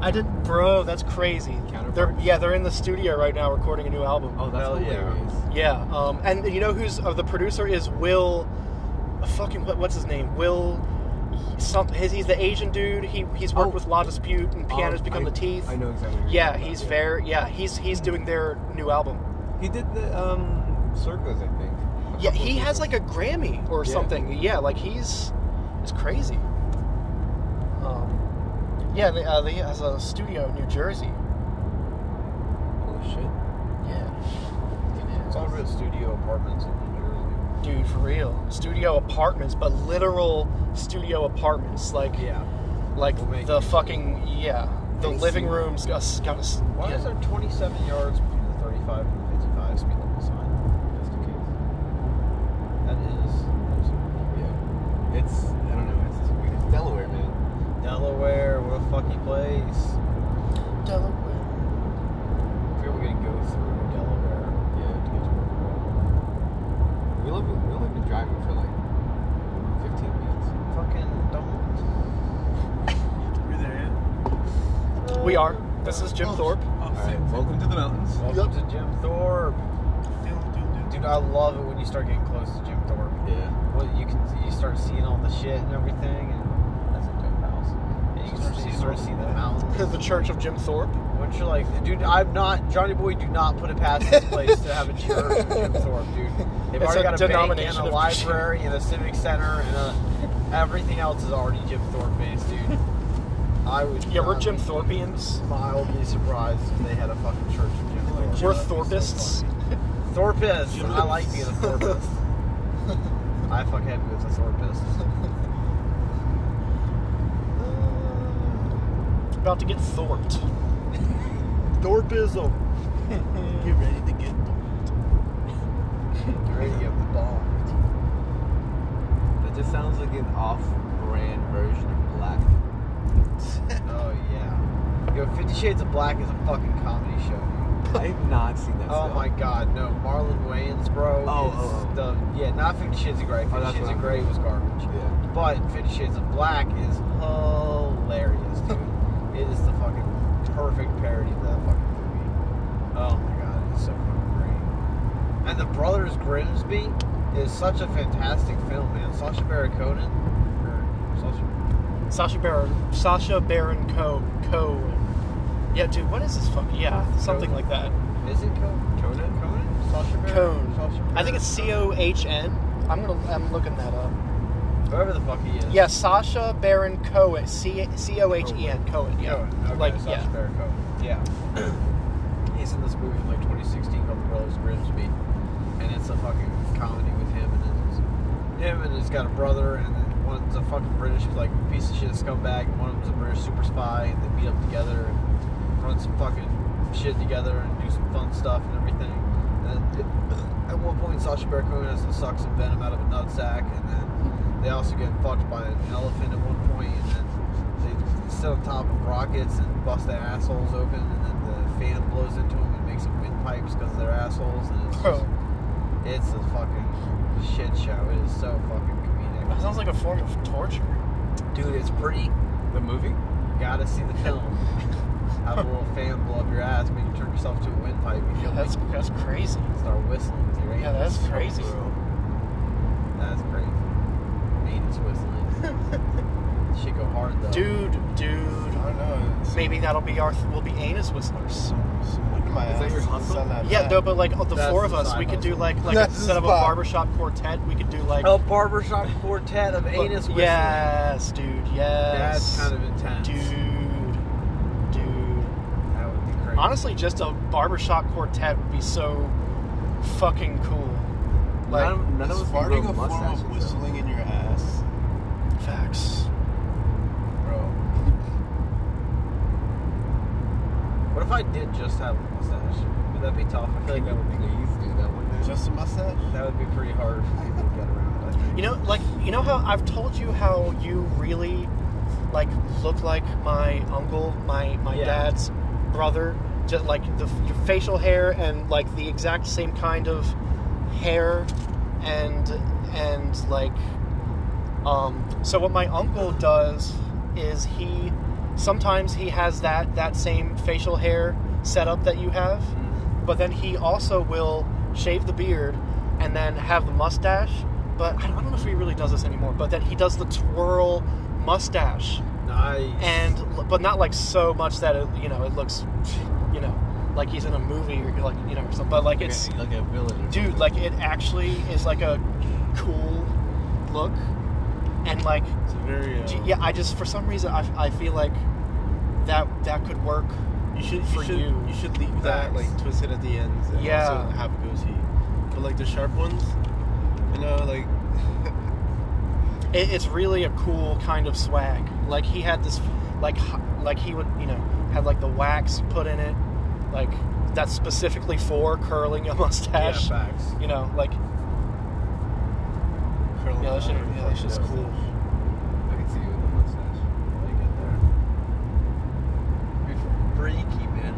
[SPEAKER 3] I did bro. That's crazy. They're
[SPEAKER 5] Counterparts?
[SPEAKER 3] yeah, they're in the studio right now recording a new album.
[SPEAKER 5] Oh, that's
[SPEAKER 1] Hell yeah.
[SPEAKER 5] hilarious.
[SPEAKER 3] Yeah, um, and you know who's uh, the producer is Will, uh, fucking what, what's his name? Will, something. His, he's the Asian dude. He he's worked
[SPEAKER 5] Oh.
[SPEAKER 3] with La Dispute and Pianos
[SPEAKER 5] Um,
[SPEAKER 3] Become
[SPEAKER 5] I-
[SPEAKER 3] the Teeth.
[SPEAKER 5] I know exactly. what you're
[SPEAKER 3] Yeah,
[SPEAKER 5] talking
[SPEAKER 3] he's
[SPEAKER 5] about,
[SPEAKER 3] fair. Yeah, he's he's doing their new album.
[SPEAKER 5] He did the um circos, I think. A
[SPEAKER 3] Yeah,
[SPEAKER 5] couple
[SPEAKER 3] he
[SPEAKER 5] of
[SPEAKER 3] has
[SPEAKER 5] circos.
[SPEAKER 3] like a Grammy or
[SPEAKER 5] Yeah.
[SPEAKER 3] something. Yeah, like he's it's crazy. Um, yeah, they, uh, they has a studio in New Jersey.
[SPEAKER 5] Holy shit.
[SPEAKER 3] Yeah,
[SPEAKER 1] It's all real studio apartments in New Jersey.
[SPEAKER 3] dude, for real. Studio apartments, but literal studio apartments. Like
[SPEAKER 1] Yeah.
[SPEAKER 3] like
[SPEAKER 1] We'll make
[SPEAKER 3] the
[SPEAKER 1] it.
[SPEAKER 3] fucking yeah, the
[SPEAKER 5] Can you
[SPEAKER 3] living
[SPEAKER 5] see-
[SPEAKER 3] room's got a, got a s-
[SPEAKER 1] Why
[SPEAKER 3] yeah.
[SPEAKER 1] is there 27 yards between the 35 and the 55 speed limit sign?
[SPEAKER 5] Just in case.
[SPEAKER 1] That is
[SPEAKER 5] Yeah. It's I don't know. It's weird. It's Delaware, man.
[SPEAKER 1] Delaware. What a fucking place.
[SPEAKER 3] Delaware.
[SPEAKER 5] I figure we're gonna go through
[SPEAKER 1] Delaware.
[SPEAKER 5] Yeah. To get to where we live. We only been driving for like 15 minutes.
[SPEAKER 1] Fucking don't.
[SPEAKER 4] You're there,
[SPEAKER 3] We are. This is
[SPEAKER 1] Oh.
[SPEAKER 2] Oh,
[SPEAKER 3] Jim Thorpe.
[SPEAKER 4] yeah? All
[SPEAKER 5] right,
[SPEAKER 4] Welcome to the mountains.
[SPEAKER 1] Welcome to Jim Thorpe. Dude, I love it when you start getting close to Jim Thorpe.
[SPEAKER 5] Yeah.
[SPEAKER 1] Well, you can you start seeing all the shit and everything, and that's a dope house. And you can start, you start seeing the mountains.
[SPEAKER 3] the Church of Jim Thorpe.
[SPEAKER 1] Once you're like, dude, I'm not Johnny Boy. Do not put it past this place to have a church in Jim Thorpe, dude. They've
[SPEAKER 3] It's
[SPEAKER 1] already
[SPEAKER 3] a
[SPEAKER 1] got a bank and
[SPEAKER 3] denomination
[SPEAKER 1] a
[SPEAKER 3] of-
[SPEAKER 1] library and a civic center and a, everything else is already Jim Thorpe based, dude. I would.
[SPEAKER 3] Yeah, we're
[SPEAKER 1] not
[SPEAKER 3] Jim
[SPEAKER 1] be
[SPEAKER 3] Thorpians.
[SPEAKER 1] Mildly surprised if they had a fucking church of Jim Thorpe.
[SPEAKER 3] We're Thorpists.
[SPEAKER 1] Thorpist. I like being a Thorpist. I fuck head with a Thorpist.
[SPEAKER 3] About to get thorped.
[SPEAKER 2] Dorpism. Get ready to get.
[SPEAKER 1] You're ready to get bombed.
[SPEAKER 5] That just sounds like an off-brand version of Black.
[SPEAKER 1] Oh yeah. Yo, Fifty Shades of Black is a fucking comedy show. dude.
[SPEAKER 5] I've not seen that.
[SPEAKER 1] Oh
[SPEAKER 5] still.
[SPEAKER 1] my god, no. Marlon Wayans, bro.
[SPEAKER 5] Oh,
[SPEAKER 1] is
[SPEAKER 5] oh, oh.
[SPEAKER 1] The, yeah, not Fifty Shades of Grey. Fifty
[SPEAKER 5] that's
[SPEAKER 1] Shades of
[SPEAKER 5] what I'm-
[SPEAKER 1] Grey was garbage.
[SPEAKER 5] Yeah.
[SPEAKER 1] But Fifty Shades of Black is hilarious, dude. it is the fucking perfect parody of that fucking movie. Oh my god, it's so fucking great. And the Brothers Grimsby is such a fantastic film, man. Sasha Baron Cohen, or Sasha,
[SPEAKER 3] Sasha Baron, Sasha Baron Co. Co. Yeah, dude, what is this fucking? Yeah, something like that.
[SPEAKER 1] is it Cohen? Conan? Conan? Sasha Baron?
[SPEAKER 3] Cohen.
[SPEAKER 1] Sacha
[SPEAKER 3] I think
[SPEAKER 1] Baron
[SPEAKER 3] it's C O H N. I'm gonna, I'm looking that up.
[SPEAKER 1] Whoever the fuck he is.
[SPEAKER 3] Yeah, Sasha Baron Cohen, C C O H E N Cohen. Yeah,
[SPEAKER 5] Oh,
[SPEAKER 1] Cohen. Okay,
[SPEAKER 3] like
[SPEAKER 1] Sacha
[SPEAKER 3] yeah.
[SPEAKER 1] Baron Cohen. Yeah. He's in this movie from like 2016 called The Brothers Grimsby, and it's a fucking comedy with him and his, him and he's got a brother, and then one's a fucking British like piece of shit scumbag, and one of them's a British super spy, and they meet up together and run some fucking shit together and do some fun stuff and everything. And then it- at one point, Sacha Baron Cohen has to suck some venom out of a nut sack, and then they also get fucked by an elephant at one point, and then they sit on top of rockets and bust their assholes open, and then the fan blows into them and makes them windpipes because they're assholes, and it's just,
[SPEAKER 3] Bro,
[SPEAKER 1] it's a fucking shit show. It is so fucking
[SPEAKER 3] that
[SPEAKER 1] comedic,
[SPEAKER 3] sounds like a form of torture.
[SPEAKER 1] dude. It's pretty.
[SPEAKER 5] The movie?
[SPEAKER 1] You gotta see the film. Have a little fan blow up your ass, make you turn yourself to a windpipe. You
[SPEAKER 3] Yeah,
[SPEAKER 1] feel
[SPEAKER 3] that's
[SPEAKER 1] like
[SPEAKER 3] that's crazy.
[SPEAKER 1] you start whistling with your
[SPEAKER 3] Yeah,
[SPEAKER 1] anus.
[SPEAKER 3] that's crazy.
[SPEAKER 1] That's crazy. Anus whistling. Shit go hard though.
[SPEAKER 3] Dude,
[SPEAKER 2] I
[SPEAKER 3] dude.
[SPEAKER 2] don't know. It's-
[SPEAKER 3] Maybe that'll be our we'll be anus whistlers.
[SPEAKER 2] it's- Look at my
[SPEAKER 5] Is that
[SPEAKER 2] ass.
[SPEAKER 5] your
[SPEAKER 2] It's
[SPEAKER 5] hustle?
[SPEAKER 2] not that
[SPEAKER 3] Yeah,
[SPEAKER 2] bad.
[SPEAKER 3] no, but like of the
[SPEAKER 1] That's
[SPEAKER 3] four of
[SPEAKER 1] the
[SPEAKER 3] us,
[SPEAKER 1] side
[SPEAKER 3] we could do
[SPEAKER 1] hustle.
[SPEAKER 3] like like
[SPEAKER 2] That's
[SPEAKER 3] instead
[SPEAKER 2] the
[SPEAKER 3] of a
[SPEAKER 2] spot.
[SPEAKER 3] barbershop quartet, we could do like
[SPEAKER 1] A barbershop quartet of
[SPEAKER 3] Look,
[SPEAKER 1] Oh, anus whistling.
[SPEAKER 3] Yes, dude. Yes.
[SPEAKER 1] That's kind of intense.
[SPEAKER 3] dude. Dude.
[SPEAKER 1] That would be crazy.
[SPEAKER 3] Honestly, just a barbershop quartet would be so fucking cool. Like
[SPEAKER 5] none, of- none
[SPEAKER 2] Is
[SPEAKER 5] of us
[SPEAKER 2] farting
[SPEAKER 5] grow
[SPEAKER 2] a form
[SPEAKER 5] mustaches,
[SPEAKER 2] of
[SPEAKER 5] though.
[SPEAKER 2] whistling in your ass?
[SPEAKER 3] facts.
[SPEAKER 2] Bro.
[SPEAKER 1] what if I did just have a mustache? Would that be tough? I feel like that would be
[SPEAKER 5] Please do that one day.
[SPEAKER 2] Just a mustache?
[SPEAKER 1] that would be pretty hard for people to get around. I think.
[SPEAKER 3] You know, like you know how I've told you how you really like look like my uncle, my my
[SPEAKER 1] Yeah.
[SPEAKER 3] dad's brother. Just like the your facial hair and like the exact same kind of hair and and like um so what my uncle does is he sometimes he has that that same facial hair setup that you have but then he also will shave the beard and then have the mustache. But I don't know if he really does this anymore. But then he does the twirl mustache,
[SPEAKER 1] nice.
[SPEAKER 3] and but not like so much that it you know it looks, you know, like he's in a movie or like you know or something. But like it's
[SPEAKER 5] like a villain. or
[SPEAKER 3] dude, like it actually is like a cool look, and like
[SPEAKER 2] It's a very.
[SPEAKER 3] d-
[SPEAKER 2] uh,
[SPEAKER 3] yeah, I just for some reason I, I feel like that that could work.
[SPEAKER 2] You should
[SPEAKER 3] for
[SPEAKER 2] you should,
[SPEAKER 3] you.
[SPEAKER 2] should leave that
[SPEAKER 1] Facts.
[SPEAKER 2] like twisted at the ends and
[SPEAKER 3] Yeah.
[SPEAKER 2] also have a goatee. But like the sharp ones, you know, like
[SPEAKER 3] it, it's really a cool kind of swag. Like he had this, like h- like he would you know had like the wax put in it, like that's specifically for curling a
[SPEAKER 1] yeah,
[SPEAKER 3] mustache.
[SPEAKER 1] facts.
[SPEAKER 3] you know, like
[SPEAKER 2] curling.
[SPEAKER 3] yeah, that shit, yeah, that shit's cool.
[SPEAKER 5] something. I can see you with a mustache.
[SPEAKER 1] Really good
[SPEAKER 6] Be
[SPEAKER 1] there.
[SPEAKER 6] freaky, man.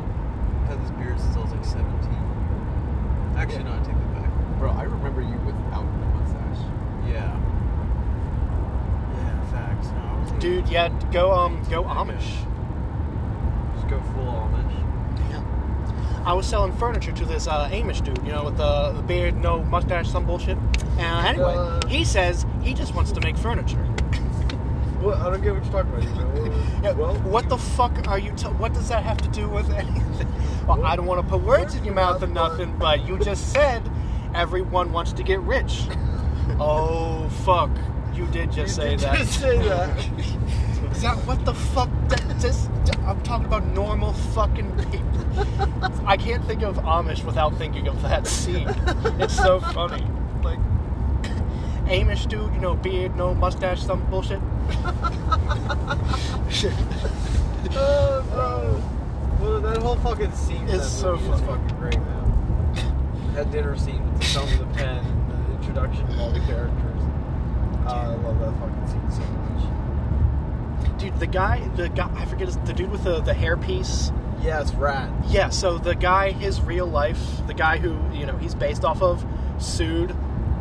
[SPEAKER 6] I've had this beard since I was like 17. Actually, no, I take that back.
[SPEAKER 5] Bro, I remember you without the mustache.
[SPEAKER 6] Yeah. Yeah, facts. No, I was like-
[SPEAKER 3] Dude, yeah, go um go Amish.
[SPEAKER 6] Just go full Amish.
[SPEAKER 3] I was selling furniture to this uh, Amish dude, you know, with the, the beard, no mustache, some bullshit. And anyway,
[SPEAKER 1] Uh.
[SPEAKER 3] he says he just wants to make furniture.
[SPEAKER 1] Well, I don't get what you're talking about. You know?
[SPEAKER 3] Yeah,
[SPEAKER 1] well,
[SPEAKER 3] what the fuck are you? T- what does that have to do with anything? Well, I don't want to put words in your mouth or nothing, but you just said everyone wants to get rich. oh fuck! You did just say that.
[SPEAKER 1] say that.
[SPEAKER 3] Is that what the fuck? That just I'm talking about normal fucking people. I can't think of Amish without thinking of that scene. It's so funny. Like Amish dude, you know, beard, no mustache, some bullshit. Shit.
[SPEAKER 1] Oh, bro. Well, that whole fucking scene.
[SPEAKER 3] It's
[SPEAKER 1] It's so
[SPEAKER 3] so
[SPEAKER 1] is
[SPEAKER 3] funny.
[SPEAKER 1] fucking great, man. That dinner scene with the thumb of the pen, and the introduction of all the characters. Uh, I love that fucking scene so much.
[SPEAKER 3] Dude, the guy, the guy, I forget his, the dude with the the hairpiece.
[SPEAKER 1] Yeah, it's rat.
[SPEAKER 3] Yeah, so the guy, his real life, the guy who, you know, he's based off of, sued,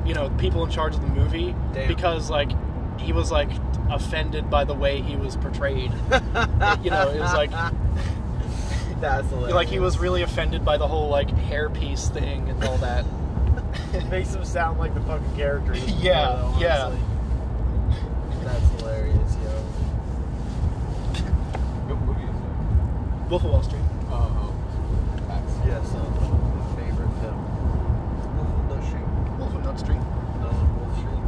[SPEAKER 3] you know, people in charge of the movie
[SPEAKER 1] Damn.
[SPEAKER 3] because, like, he was, like, offended by the way he was portrayed. you know, it was like,
[SPEAKER 1] That's hilarious.
[SPEAKER 3] like he was really offended by the whole, like, hairpiece thing and all that.
[SPEAKER 1] It makes him sound like the fucking character. he's
[SPEAKER 3] Yeah,
[SPEAKER 1] playing, though,
[SPEAKER 3] Uh, yeah.
[SPEAKER 1] honestly. That's hilarious, yo.
[SPEAKER 5] What movie is that?
[SPEAKER 3] Wolf of Wall Street.
[SPEAKER 5] Oh, oh. Facts.
[SPEAKER 1] Yes, uh, favorite film. Wolf of Wall Street.
[SPEAKER 3] Wolf of Nut Street.
[SPEAKER 1] Not on Wall Street.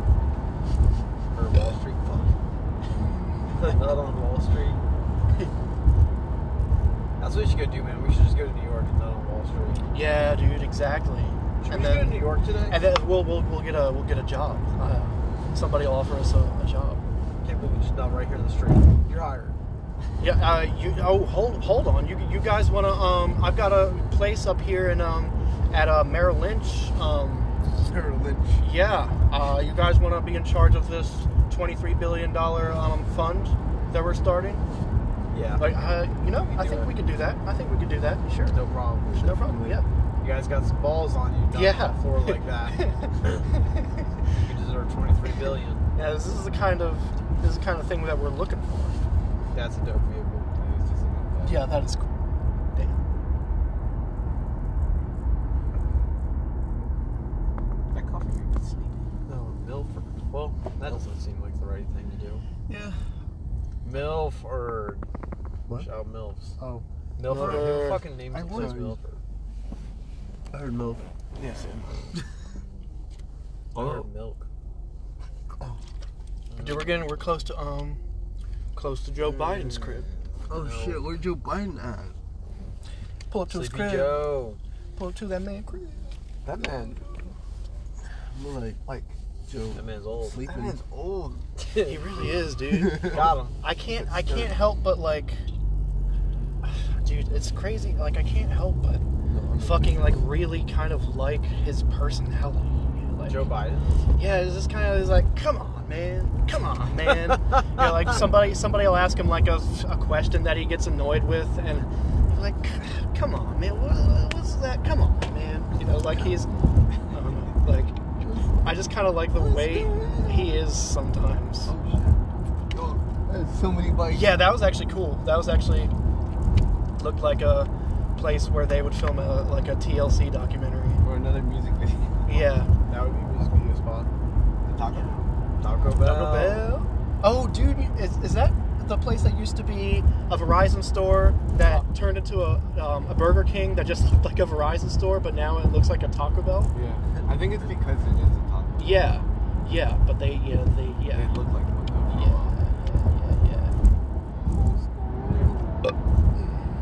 [SPEAKER 1] Or Wall Street, fuck. Not on Wall Street. That's what we should go do, man. We should just go to New York and not on Wall Street.
[SPEAKER 3] Yeah, dude, exactly.
[SPEAKER 1] Should
[SPEAKER 3] And
[SPEAKER 1] we go to New
[SPEAKER 3] then,
[SPEAKER 1] York today?
[SPEAKER 3] and then we'll, we'll, we'll get a we'll get a job. Uh, somebody will offer us a, a job.
[SPEAKER 1] can't believe it's not right here in the street. You're hired.
[SPEAKER 3] Yeah, uh, you. Oh, hold, hold on. You, you guys want to? Um, I've got a place up here in um, at uh, Merrill Lynch. Um,
[SPEAKER 4] Sarah Lynch.
[SPEAKER 3] yeah. Uh, you guys want to be in charge of this twenty-three billion dollar um, fund that we're starting?
[SPEAKER 1] Yeah.
[SPEAKER 3] Like, uh, you know,
[SPEAKER 1] We can
[SPEAKER 3] I
[SPEAKER 1] do
[SPEAKER 3] think
[SPEAKER 1] it.
[SPEAKER 3] we could do that. I think we could do that. Sure.
[SPEAKER 1] no problem.
[SPEAKER 3] No problem. Yeah.
[SPEAKER 1] You guys got some balls on you. Not
[SPEAKER 3] Yeah.
[SPEAKER 1] On the floor like that. you deserve 23 billion.
[SPEAKER 3] yeah. This is the kind of this is the kind of thing that we're looking for.
[SPEAKER 1] That's a dope vehicle.
[SPEAKER 5] It's just like that.
[SPEAKER 3] Yeah, that is cool. Damn.
[SPEAKER 5] That coffee made me sleepy.
[SPEAKER 1] No, Milford. Well, that doesn't seem like the right thing to do.
[SPEAKER 3] Yeah.
[SPEAKER 1] Milford.
[SPEAKER 4] What?
[SPEAKER 1] Shout Milfs.
[SPEAKER 4] Oh,
[SPEAKER 1] Milford.
[SPEAKER 4] Milford.
[SPEAKER 1] Who fucking names
[SPEAKER 4] I
[SPEAKER 1] themselves
[SPEAKER 4] was.
[SPEAKER 1] Milford?
[SPEAKER 4] I heard milk. Yeah, Sam.
[SPEAKER 1] I heard
[SPEAKER 4] Oh.
[SPEAKER 1] milk.
[SPEAKER 3] Dude, we're getting we're close to um, close to Joe Biden's crib.
[SPEAKER 4] Oh shit, where'd Joe Biden at?
[SPEAKER 3] Pull up to his
[SPEAKER 1] Sleepy
[SPEAKER 3] crib.
[SPEAKER 1] Joe.
[SPEAKER 3] Pull up to that man crib.
[SPEAKER 4] That man. I'm like, like Joe.
[SPEAKER 1] That man's old.
[SPEAKER 4] Sleeping. That man's old.
[SPEAKER 3] He really is, dude.
[SPEAKER 1] Got him.
[SPEAKER 3] I can't I can't help but like dude, it's crazy. Like I can't help but fucking like really kind of like his personality. Like
[SPEAKER 1] Joe Biden.
[SPEAKER 3] Yeah, it's just kind of it's like, come on, man. Come on, man. you know, like somebody somebody will ask him like a, a question that he gets annoyed with and you're like come on, man. What, what's that? Come on, man. You know, like he's I don't know, like I just kind of like the way he is sometimes.
[SPEAKER 4] Oh, there's so many bikes.
[SPEAKER 3] Yeah, that was actually cool. That was actually looked like a place where they would film a, like a TLC documentary.
[SPEAKER 5] Or another music video.
[SPEAKER 3] Yeah.
[SPEAKER 1] That would be his video spot.
[SPEAKER 5] The taco. Bell.
[SPEAKER 1] Taco Bell.
[SPEAKER 3] Taco Bell. Um, Oh, dude, you- is, is that the place that used to be a Verizon store that turned into a, um, a Burger King that just looked like a Verizon store, but now it looks like a Taco Bell?
[SPEAKER 5] Yeah. I think it's because it is a taco. Bell.
[SPEAKER 3] Yeah. Yeah, but they, yeah, they, yeah.
[SPEAKER 5] It looked like one
[SPEAKER 3] Yeah,
[SPEAKER 5] though.
[SPEAKER 3] yeah, yeah, yeah.
[SPEAKER 5] Old school.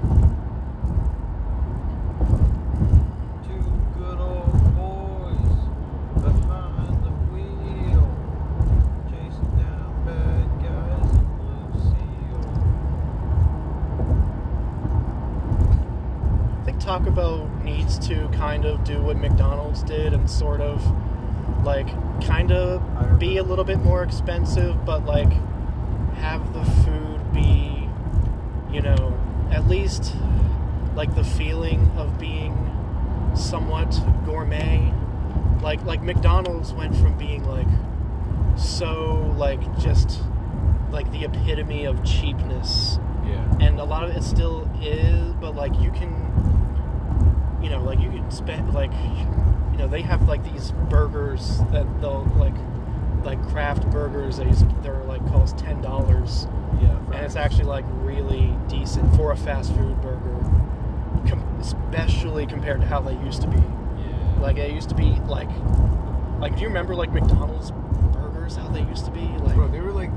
[SPEAKER 1] Two good old boys behind the wheel, chasing down bad guys in
[SPEAKER 3] I think Taco Bell needs to kind of do what McDonald's did and sort of like kind of be a little bit more expensive, but like have the food be, you know, at least like the feeling of being somewhat gourmet. Like like McDonald's went from being like so like just like the epitome of cheapness
[SPEAKER 5] Yeah.
[SPEAKER 3] and a lot of it still is but like you can you know like you can spend like you know they have like these burgers that they'll like like craft burgers they used they're like cost ten dollars
[SPEAKER 1] the wheel.
[SPEAKER 3] and it's actually like really decent for a fast food burger com- especially compared to how they used to be
[SPEAKER 5] Yeah.
[SPEAKER 3] Like it used to be like, like do you remember like McDonald's burgers? How they used to be like,
[SPEAKER 5] Bro, they were like,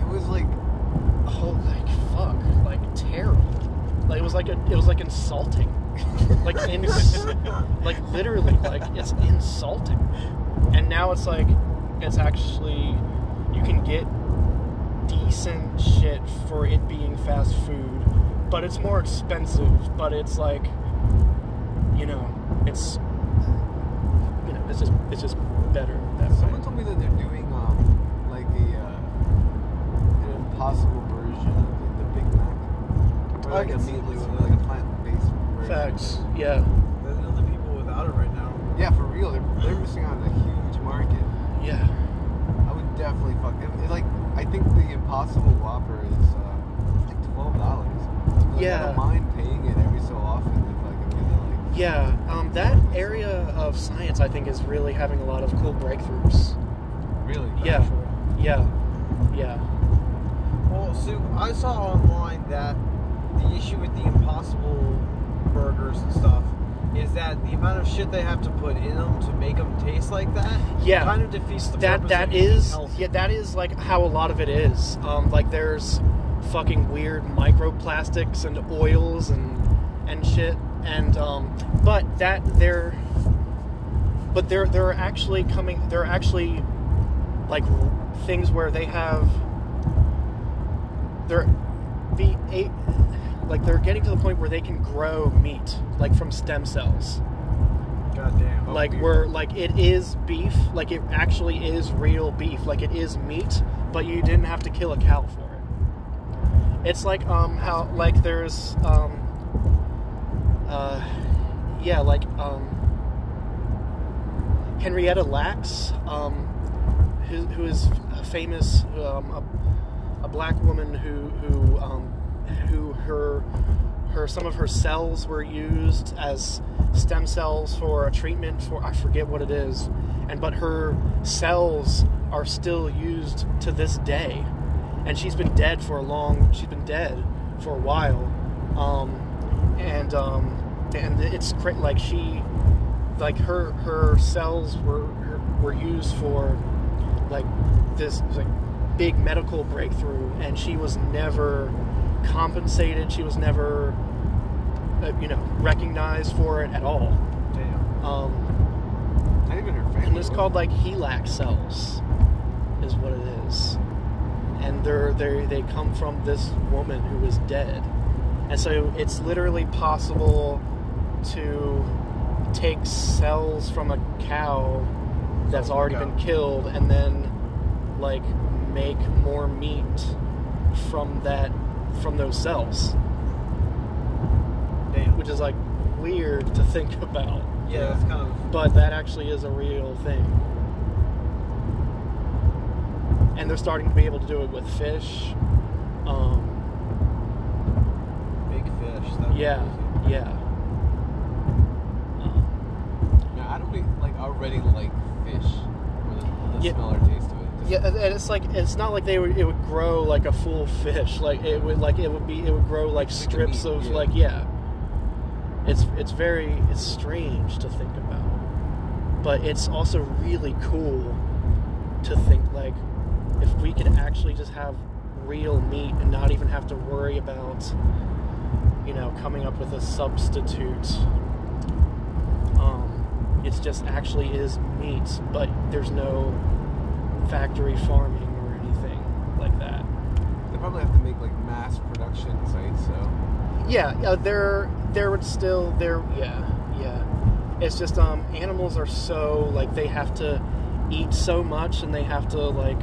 [SPEAKER 5] it was like,
[SPEAKER 3] oh like fuck, like terrible. Like it was like a, it was like insulting. like ins- like literally like it's insulting. And now it's like, it's actually you can get decent shit for it being fast food, but it's more expensive. But it's like, you know, it's you know, it's just it's just better that way.
[SPEAKER 5] someone told me that they're doing um, like a uh, an impossible version of like, the Big Mac, or
[SPEAKER 1] I
[SPEAKER 5] like
[SPEAKER 1] can
[SPEAKER 5] a
[SPEAKER 1] see
[SPEAKER 5] meatless,
[SPEAKER 1] this.
[SPEAKER 5] one, like a plant-based version.
[SPEAKER 3] Facts. Yeah.
[SPEAKER 1] There's other people without it right now.
[SPEAKER 5] Yeah, for real, they're, they're missing out on a huge market.
[SPEAKER 3] Yeah.
[SPEAKER 5] I would definitely fuck it. It's like I think the Impossible Whopper is uh, it's like twelve dollars. I
[SPEAKER 3] Yeah.
[SPEAKER 5] don't mind paying it every so often if like I'm gonna like.
[SPEAKER 3] Yeah. Um, that area of science, I think, is really having a lot of cool breakthroughs.
[SPEAKER 5] Really?
[SPEAKER 3] Yeah. Yeah. Yeah.
[SPEAKER 1] Well, so I saw online that the issue with the Impossible burgers and stuff is that the amount of shit they have to put in them to make them taste like that
[SPEAKER 3] Yeah.
[SPEAKER 1] kind of defeats the
[SPEAKER 3] that
[SPEAKER 1] purpose
[SPEAKER 3] that
[SPEAKER 1] of eating
[SPEAKER 3] is
[SPEAKER 1] healthy.
[SPEAKER 3] yeah that is like how a lot of it is um, like there's fucking weird microplastics and oils and and shit and um, but that they're but they're they're actually coming they're actually like things where they have they're the eight like they're getting to the point where they can grow meat like from stem cells
[SPEAKER 1] Goddamn.
[SPEAKER 5] Oh,
[SPEAKER 1] Oh,
[SPEAKER 3] like we're like it is beef like it actually is real beef like it is meat but you didn't have to kill a cow for it it's like um how like there's um uh yeah like um henrietta lacks um who, who is f- famous um a, a black woman who who um who her her some of her cells were used as stem cells for a treatment for I forget what it is, and but her cells are still used to this day, and she's been dead for a long. She's been dead for a while, um, and um, and it's cra- like she, like her her cells were her, were used for like this like big medical breakthrough, and she was never compensated. She was never uh, you know recognized for it at all.
[SPEAKER 1] Damn.
[SPEAKER 3] Um,
[SPEAKER 5] Not even her family.
[SPEAKER 3] and it's
[SPEAKER 5] was
[SPEAKER 3] called like HELAC cells, is what it is, and they're they they come from this woman who was dead, and so it's literally possible to take cells from a cow that's
[SPEAKER 1] From a
[SPEAKER 3] already
[SPEAKER 1] cow.
[SPEAKER 3] been killed and then like make more meat from that from those cells
[SPEAKER 1] Damn.
[SPEAKER 3] which is like weird to think about
[SPEAKER 1] yeah, that's kind of.
[SPEAKER 3] but that actually is a real thing. And they're starting to be able to do it with fish. Um,
[SPEAKER 1] Big fish. That
[SPEAKER 3] yeah, yeah. Um,
[SPEAKER 5] No, I don't really, like already like fish or the, the
[SPEAKER 3] Yeah.
[SPEAKER 5] smell or taste of it. Just-
[SPEAKER 3] yeah, and and it's like it's not like they would it would grow like a full fish. Like it would like it would be it would grow like
[SPEAKER 5] Like the
[SPEAKER 3] strips
[SPEAKER 5] meat,
[SPEAKER 3] of
[SPEAKER 5] yeah.
[SPEAKER 3] like yeah. It's it's very it's strange to think about, but it's also really cool to think like if we could actually just have real meat and not even have to worry about you know coming up with a substitute um it's just actually is meat but there's no factory farming or anything like that
[SPEAKER 5] They probably have to make like mass production sites, so
[SPEAKER 3] yeah yeah there there would still there yeah yeah it's just um animals are so like they have to eat so much and they have to like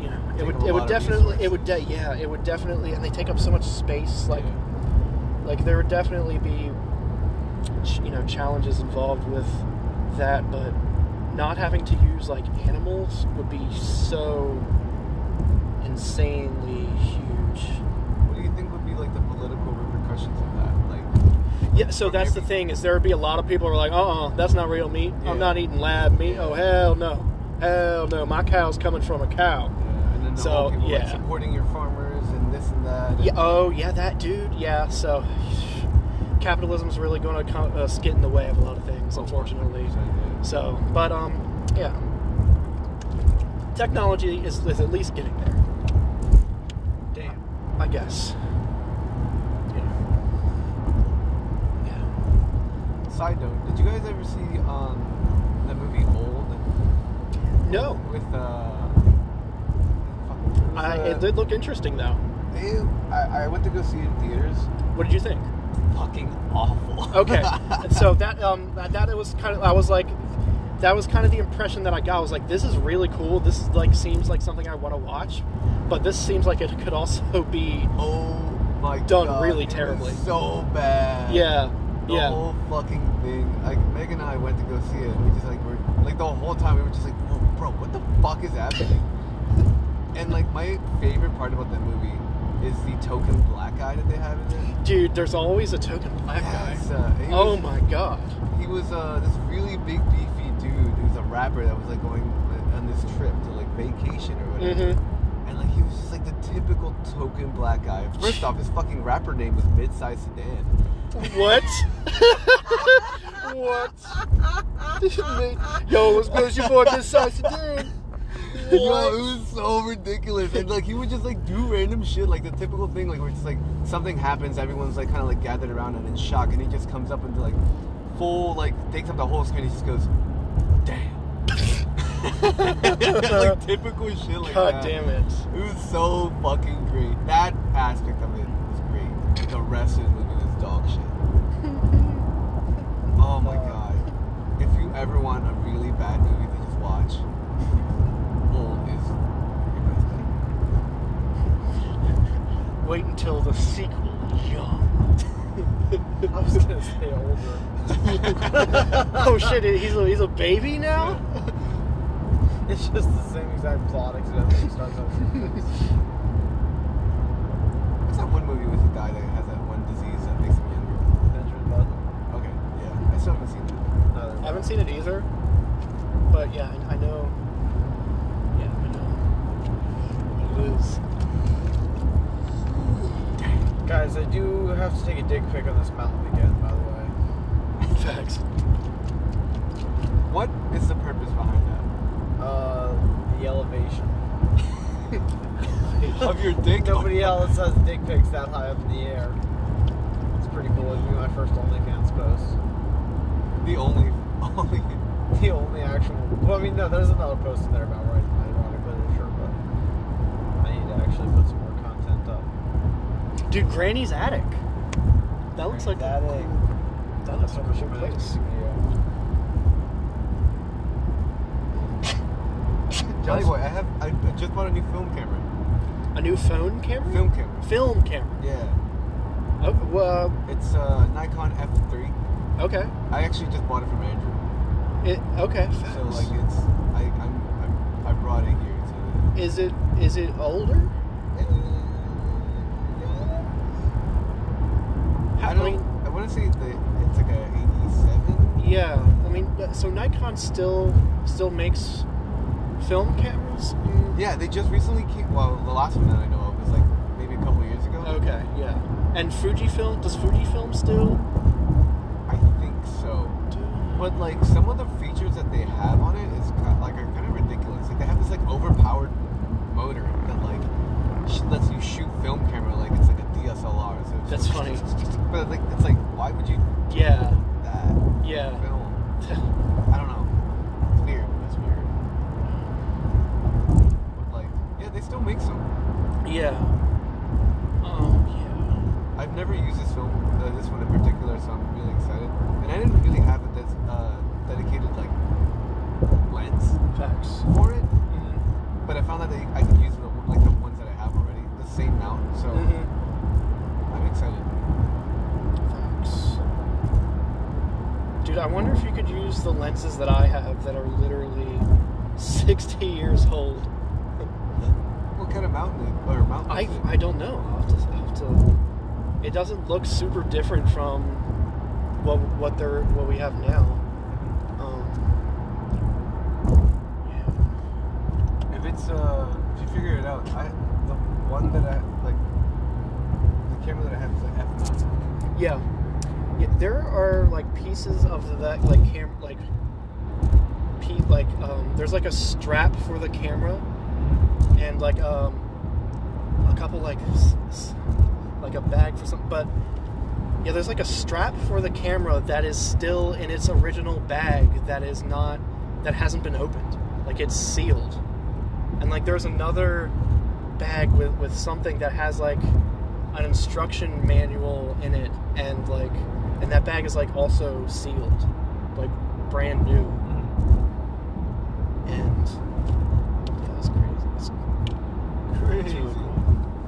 [SPEAKER 3] you know it
[SPEAKER 5] Take
[SPEAKER 3] would
[SPEAKER 5] up
[SPEAKER 3] it
[SPEAKER 5] a lot
[SPEAKER 3] would
[SPEAKER 5] of
[SPEAKER 3] definitely it would de- yeah it would definitely and they take up so much space like like there would definitely be ch- you know challenges involved with that but not having to use like animals would be so insanely huge
[SPEAKER 5] what do you think would be like the political repercussions of that? Like,
[SPEAKER 3] Yeah, so
[SPEAKER 5] Or
[SPEAKER 3] that's the
[SPEAKER 5] maybe-
[SPEAKER 3] thing is there would be a lot of people who are like, uh, uh that's not real meat.
[SPEAKER 5] Yeah.
[SPEAKER 3] I'm not eating lab meat. Oh hell no, hell no, my cow's coming from a cow.
[SPEAKER 5] yeah, and then the
[SPEAKER 3] So,
[SPEAKER 5] whole uh, people
[SPEAKER 3] yeah.
[SPEAKER 5] like supporting your farmers and this and that.
[SPEAKER 3] Yeah, oh yeah, that dude. Yeah, so capitalism's really going to uh, skid in the way of a lot of things, unfortunately. So, but um, yeah, technology is, is at least getting there. Damn, I guess. Yeah. Yeah.
[SPEAKER 5] Side note: Did you guys ever see um, the movie Old
[SPEAKER 3] No,
[SPEAKER 5] with uh? fuck,
[SPEAKER 3] I,
[SPEAKER 5] it
[SPEAKER 3] it
[SPEAKER 5] was, uh,
[SPEAKER 3] did look interesting though.
[SPEAKER 5] it- I, I went to go see it in theaters.
[SPEAKER 3] What did you think?
[SPEAKER 5] Fucking awful.
[SPEAKER 3] Okay, so that um, that, that was kind of I was like, that was kind of the impression that I got. I was like, this is really cool. This like seems like something I want to watch, but this seems like it could also be
[SPEAKER 5] oh my
[SPEAKER 3] Done
[SPEAKER 5] god!
[SPEAKER 3] really
[SPEAKER 5] it was
[SPEAKER 3] terribly.
[SPEAKER 5] so bad.
[SPEAKER 3] yeah,
[SPEAKER 5] The
[SPEAKER 3] yeah.
[SPEAKER 5] whole fucking thing. Like Megan and I went to go see it. and We just like were like the whole time we were just like, Whoa, bro, what the fuck is happening? and like my favorite part about that movie is the token black guy that they have in it.
[SPEAKER 3] Dude, there's always a token black guy.
[SPEAKER 5] Yes, uh, he
[SPEAKER 3] Oh
[SPEAKER 5] was-
[SPEAKER 3] my god.
[SPEAKER 5] He was uh, this really big beefy dude who's a rapper that was like going on this trip to like vacation or whatever.
[SPEAKER 3] Mm-hmm.
[SPEAKER 5] And like he was just like the typical token black guy. First off, his fucking rapper name was Midsize Sedan.
[SPEAKER 3] What? what? Yo, what's good? It's your boy, this size today.
[SPEAKER 5] Yo, it was so ridiculous. And like he would just like do random shit, like the typical thing, like where it's like something happens, everyone's like kinda like gathered around and in shock, and he just comes up and like full like takes up the whole screen and he just goes, Damn. like typical shit like
[SPEAKER 3] God
[SPEAKER 5] that.
[SPEAKER 3] damn it.
[SPEAKER 5] It was so fucking great. That aspect of it was great. The rest of the movie was dog shit. oh my god. If you ever want a really bad movie to just watch, Old is your best bet.
[SPEAKER 3] Wait until the sequel. Yo.
[SPEAKER 1] I was gonna stay older.
[SPEAKER 3] Oh shit, he's a, he's a baby now?
[SPEAKER 1] It's just the same exact plot except it starts off.
[SPEAKER 5] What's that one movie with the guy that has that one disease that makes him younger?
[SPEAKER 1] Benjamin Button.
[SPEAKER 5] Okay, yeah. I still haven't seen that.
[SPEAKER 1] No,
[SPEAKER 3] I haven't seen it either. But yeah, I, I know. Yeah, I know. What it is.
[SPEAKER 1] Guys, I do have to take a dig pic on this mountain again, by the way.
[SPEAKER 3] Facts.
[SPEAKER 5] What is the purpose behind that?
[SPEAKER 1] Uh, the elevation.
[SPEAKER 5] of your dick?
[SPEAKER 1] Nobody else has dick pics that high up in the air. It's pretty cool. It'd be my first OnlyFans post.
[SPEAKER 5] The only only
[SPEAKER 1] The only actual. Well, I mean, no, there's another post in there about writing ironic literature, but I need to actually put some more content up.
[SPEAKER 3] Dude, Granny's attic. That looks like
[SPEAKER 1] that. Egg.
[SPEAKER 3] That looks like a cool place.
[SPEAKER 5] Johnny Boy, I have I, I just bought a new film camera.
[SPEAKER 3] A new phone camera.
[SPEAKER 5] Film camera.
[SPEAKER 3] Film camera.
[SPEAKER 5] Yeah.
[SPEAKER 3] Oh, well,
[SPEAKER 5] It's uh, Nikon F3.
[SPEAKER 3] okay.
[SPEAKER 5] I actually just bought it from Andrew.
[SPEAKER 3] It, okay. Facts.
[SPEAKER 5] So like it's I I'm, I'm I brought it here to.
[SPEAKER 3] is it is it older?
[SPEAKER 5] I don't. I want to say that it's like a 87.
[SPEAKER 3] Yeah, I mean, but- so Nikon still still makes film cameras.
[SPEAKER 5] Yeah, they just recently came. Well, the last one that I know of was like maybe a couple years ago.
[SPEAKER 3] Okay, yeah. And Fujifilm does Fujifilm still?
[SPEAKER 5] I think so. But like some of the features that they have on it is kind like are kind of ridiculous. Like they have this like overpowered motor that like sh- lets you shoot film camera like it's like a DSLR. So it's
[SPEAKER 3] That's
[SPEAKER 5] just-
[SPEAKER 3] funny.
[SPEAKER 5] But like it's like why would you
[SPEAKER 3] Yeah,
[SPEAKER 5] that
[SPEAKER 3] yeah.
[SPEAKER 5] film? I don't know. It's weird. It's weird. But like yeah, they still make some.
[SPEAKER 3] Yeah. Um,
[SPEAKER 5] I've never used this film, uh, this one in particular, so I'm really excited. And I didn't really have a des- uh, dedicated like lens
[SPEAKER 3] yeah. Facts.
[SPEAKER 5] for it. But I found out that I can use the like the ones that I have already, the same mount. So
[SPEAKER 3] Mhm.
[SPEAKER 5] I'm excited.
[SPEAKER 3] Facts. Dude, I wonder if you could use the lenses that I have that are literally 60 years old.
[SPEAKER 5] What kind of mount is, or mount
[SPEAKER 3] I,
[SPEAKER 5] is it?
[SPEAKER 3] I don't know. I'll have to, I'll have to. It doesn't look super different from what what they're what we have now. Um, yeah.
[SPEAKER 5] if it's uh, if you figure it out, I the one that I like, the camera that I have is an f mount.
[SPEAKER 3] yeah, yeah, Yeah, there are like pieces of that like cam like Pete like um, there's like a strap for the camera and like um, a couple like s- s- like a bag for something but yeah there's like a strap for the camera that is still in its original bag that is not that hasn't been opened like it's sealed and like there's another bag with with something that has like an instruction manual in it and like and that bag is like also sealed like brand new
[SPEAKER 1] Hmm.
[SPEAKER 3] and yeah, that was crazy It's
[SPEAKER 5] Crazy.
[SPEAKER 3] really cool.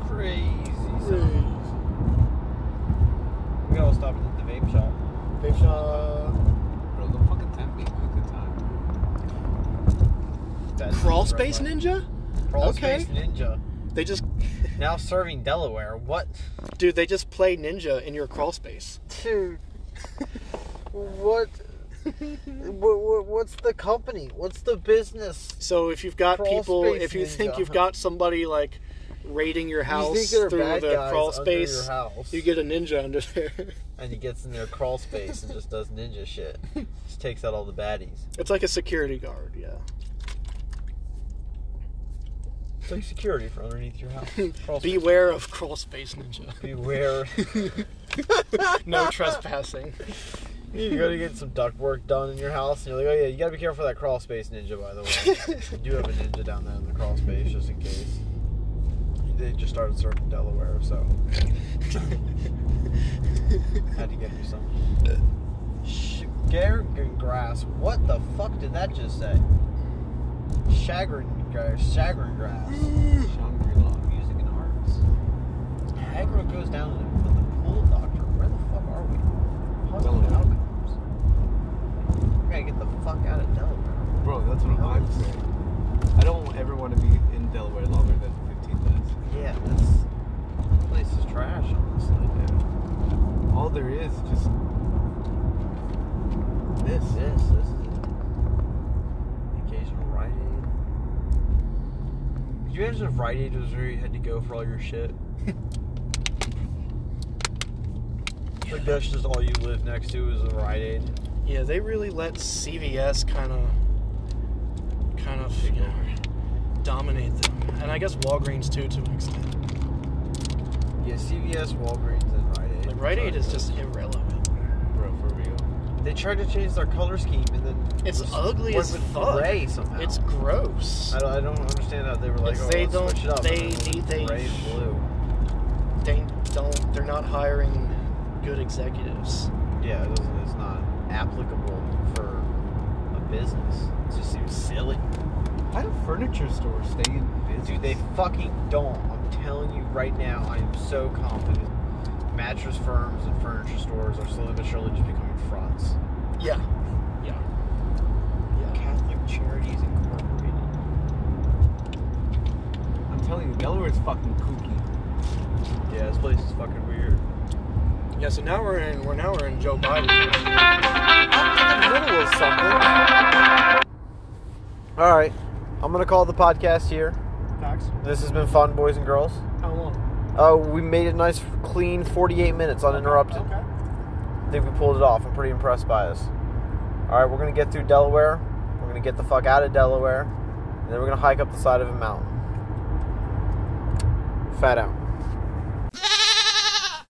[SPEAKER 1] Crazy. son. We all stopped at the vape shop.
[SPEAKER 3] Vape shop.
[SPEAKER 1] uh,
[SPEAKER 7] Bro, don't fucking tempt me. Have a good time.
[SPEAKER 1] That's
[SPEAKER 3] crawl
[SPEAKER 1] the
[SPEAKER 3] space
[SPEAKER 1] red light.
[SPEAKER 3] ninja
[SPEAKER 1] Crawl
[SPEAKER 3] Okay.
[SPEAKER 1] Space Ninja.
[SPEAKER 3] they just
[SPEAKER 1] Now serving Delaware. What?
[SPEAKER 3] dude they just play ninja in your crawl space
[SPEAKER 1] Dude. what? what, what? What's the company? What's the business?
[SPEAKER 3] so if you've got
[SPEAKER 1] Crawl
[SPEAKER 3] people
[SPEAKER 1] space
[SPEAKER 3] if you think
[SPEAKER 1] ninja.
[SPEAKER 3] you've got somebody like raiding your house
[SPEAKER 1] you think they're
[SPEAKER 3] through
[SPEAKER 1] bad
[SPEAKER 3] the
[SPEAKER 1] guys
[SPEAKER 3] crawl
[SPEAKER 1] under
[SPEAKER 3] space
[SPEAKER 1] your house,
[SPEAKER 3] you get a ninja under there
[SPEAKER 1] and he gets in their crawl space and just does ninja shit. Just takes out all the baddies.
[SPEAKER 3] it's like a security guard yeah
[SPEAKER 1] It's like security for underneath your house. Crawl space.
[SPEAKER 3] beware of crawl space ninja
[SPEAKER 1] Beware.
[SPEAKER 3] no trespassing
[SPEAKER 1] you gotta get some duct work done in your house, and you're like, oh yeah, you gotta be careful of that crawl space ninja, by the way. you do have a ninja down there in the crawl space, just in case. They just started serving Delaware, so. Had to get you some. Shagargan grass. What the fuck did that just say? Shagrin grass. Shagrin grass.
[SPEAKER 7] Shangri-La Music and Arts.
[SPEAKER 1] Niagara goes down to the pool doctor. Where the fuck are we? How's
[SPEAKER 5] Delaware.
[SPEAKER 1] the outcomes? We gotta get the fuck out of Delaware.
[SPEAKER 5] Bro, that's what I'm saying. I don't ever want to be in Delaware longer than 15 minutes.
[SPEAKER 1] Yeah, this place is trash, honestly, dude.
[SPEAKER 5] All there is is just
[SPEAKER 1] This, this, this is it. Occasional Rite Aid. Could you imagine if Rite Aid was where you had to go for all your shit? like that's just all you live next to is a Rite Aid.
[SPEAKER 3] Yeah, they really let CVS kind of, kind of you know, dominate them, and I guess Walgreens too to an extent.
[SPEAKER 1] Yeah, CVS, Walgreens, and Rite Aid.
[SPEAKER 3] Like Rite Aid is just irrelevant.
[SPEAKER 5] bro for real.
[SPEAKER 1] They tried to change their color scheme and then
[SPEAKER 3] It's
[SPEAKER 1] just
[SPEAKER 3] ugly
[SPEAKER 1] went
[SPEAKER 3] as
[SPEAKER 1] with
[SPEAKER 3] fuck.
[SPEAKER 1] Gray somehow.
[SPEAKER 3] It's gross.
[SPEAKER 1] I don't, I don't understand how they were like.
[SPEAKER 3] It's-
[SPEAKER 1] Oh,
[SPEAKER 3] they
[SPEAKER 1] let's
[SPEAKER 3] don't-
[SPEAKER 1] Switch it up.
[SPEAKER 3] they
[SPEAKER 1] and it was
[SPEAKER 3] need- they-
[SPEAKER 1] Gray and blue.
[SPEAKER 3] They don't. They're not hiring good executives.
[SPEAKER 1] Yeah, it doesn't, it's not applicable for a business. It just seems silly.
[SPEAKER 5] Why do furniture stores stay in business?
[SPEAKER 1] Dude, they fucking don't. I'm telling you right now, I am so confident. Mattress firms and furniture stores are slowly but surely just becoming fronts.
[SPEAKER 3] Yeah. Yeah. Yeah.
[SPEAKER 1] Catholic Charities Incorporated.
[SPEAKER 5] I'm telling you, Delaware's fucking kooky.
[SPEAKER 1] Yeah, this place is fucking weird.
[SPEAKER 3] Yeah. So now we're in. We're now we're in Joe Biden.
[SPEAKER 1] middle of something. All right, I'm gonna call the podcast here.
[SPEAKER 3] Facts.
[SPEAKER 1] This has been fun, boys and girls.
[SPEAKER 3] How long?
[SPEAKER 1] Uh, we made a nice, clean 48 minutes uninterrupted.
[SPEAKER 3] Okay.
[SPEAKER 1] I think we pulled it off. I'm pretty impressed by this. All right, we're gonna get through Delaware. We're gonna get the fuck out of Delaware, and then we're gonna hike up the side of a mountain. Fat out.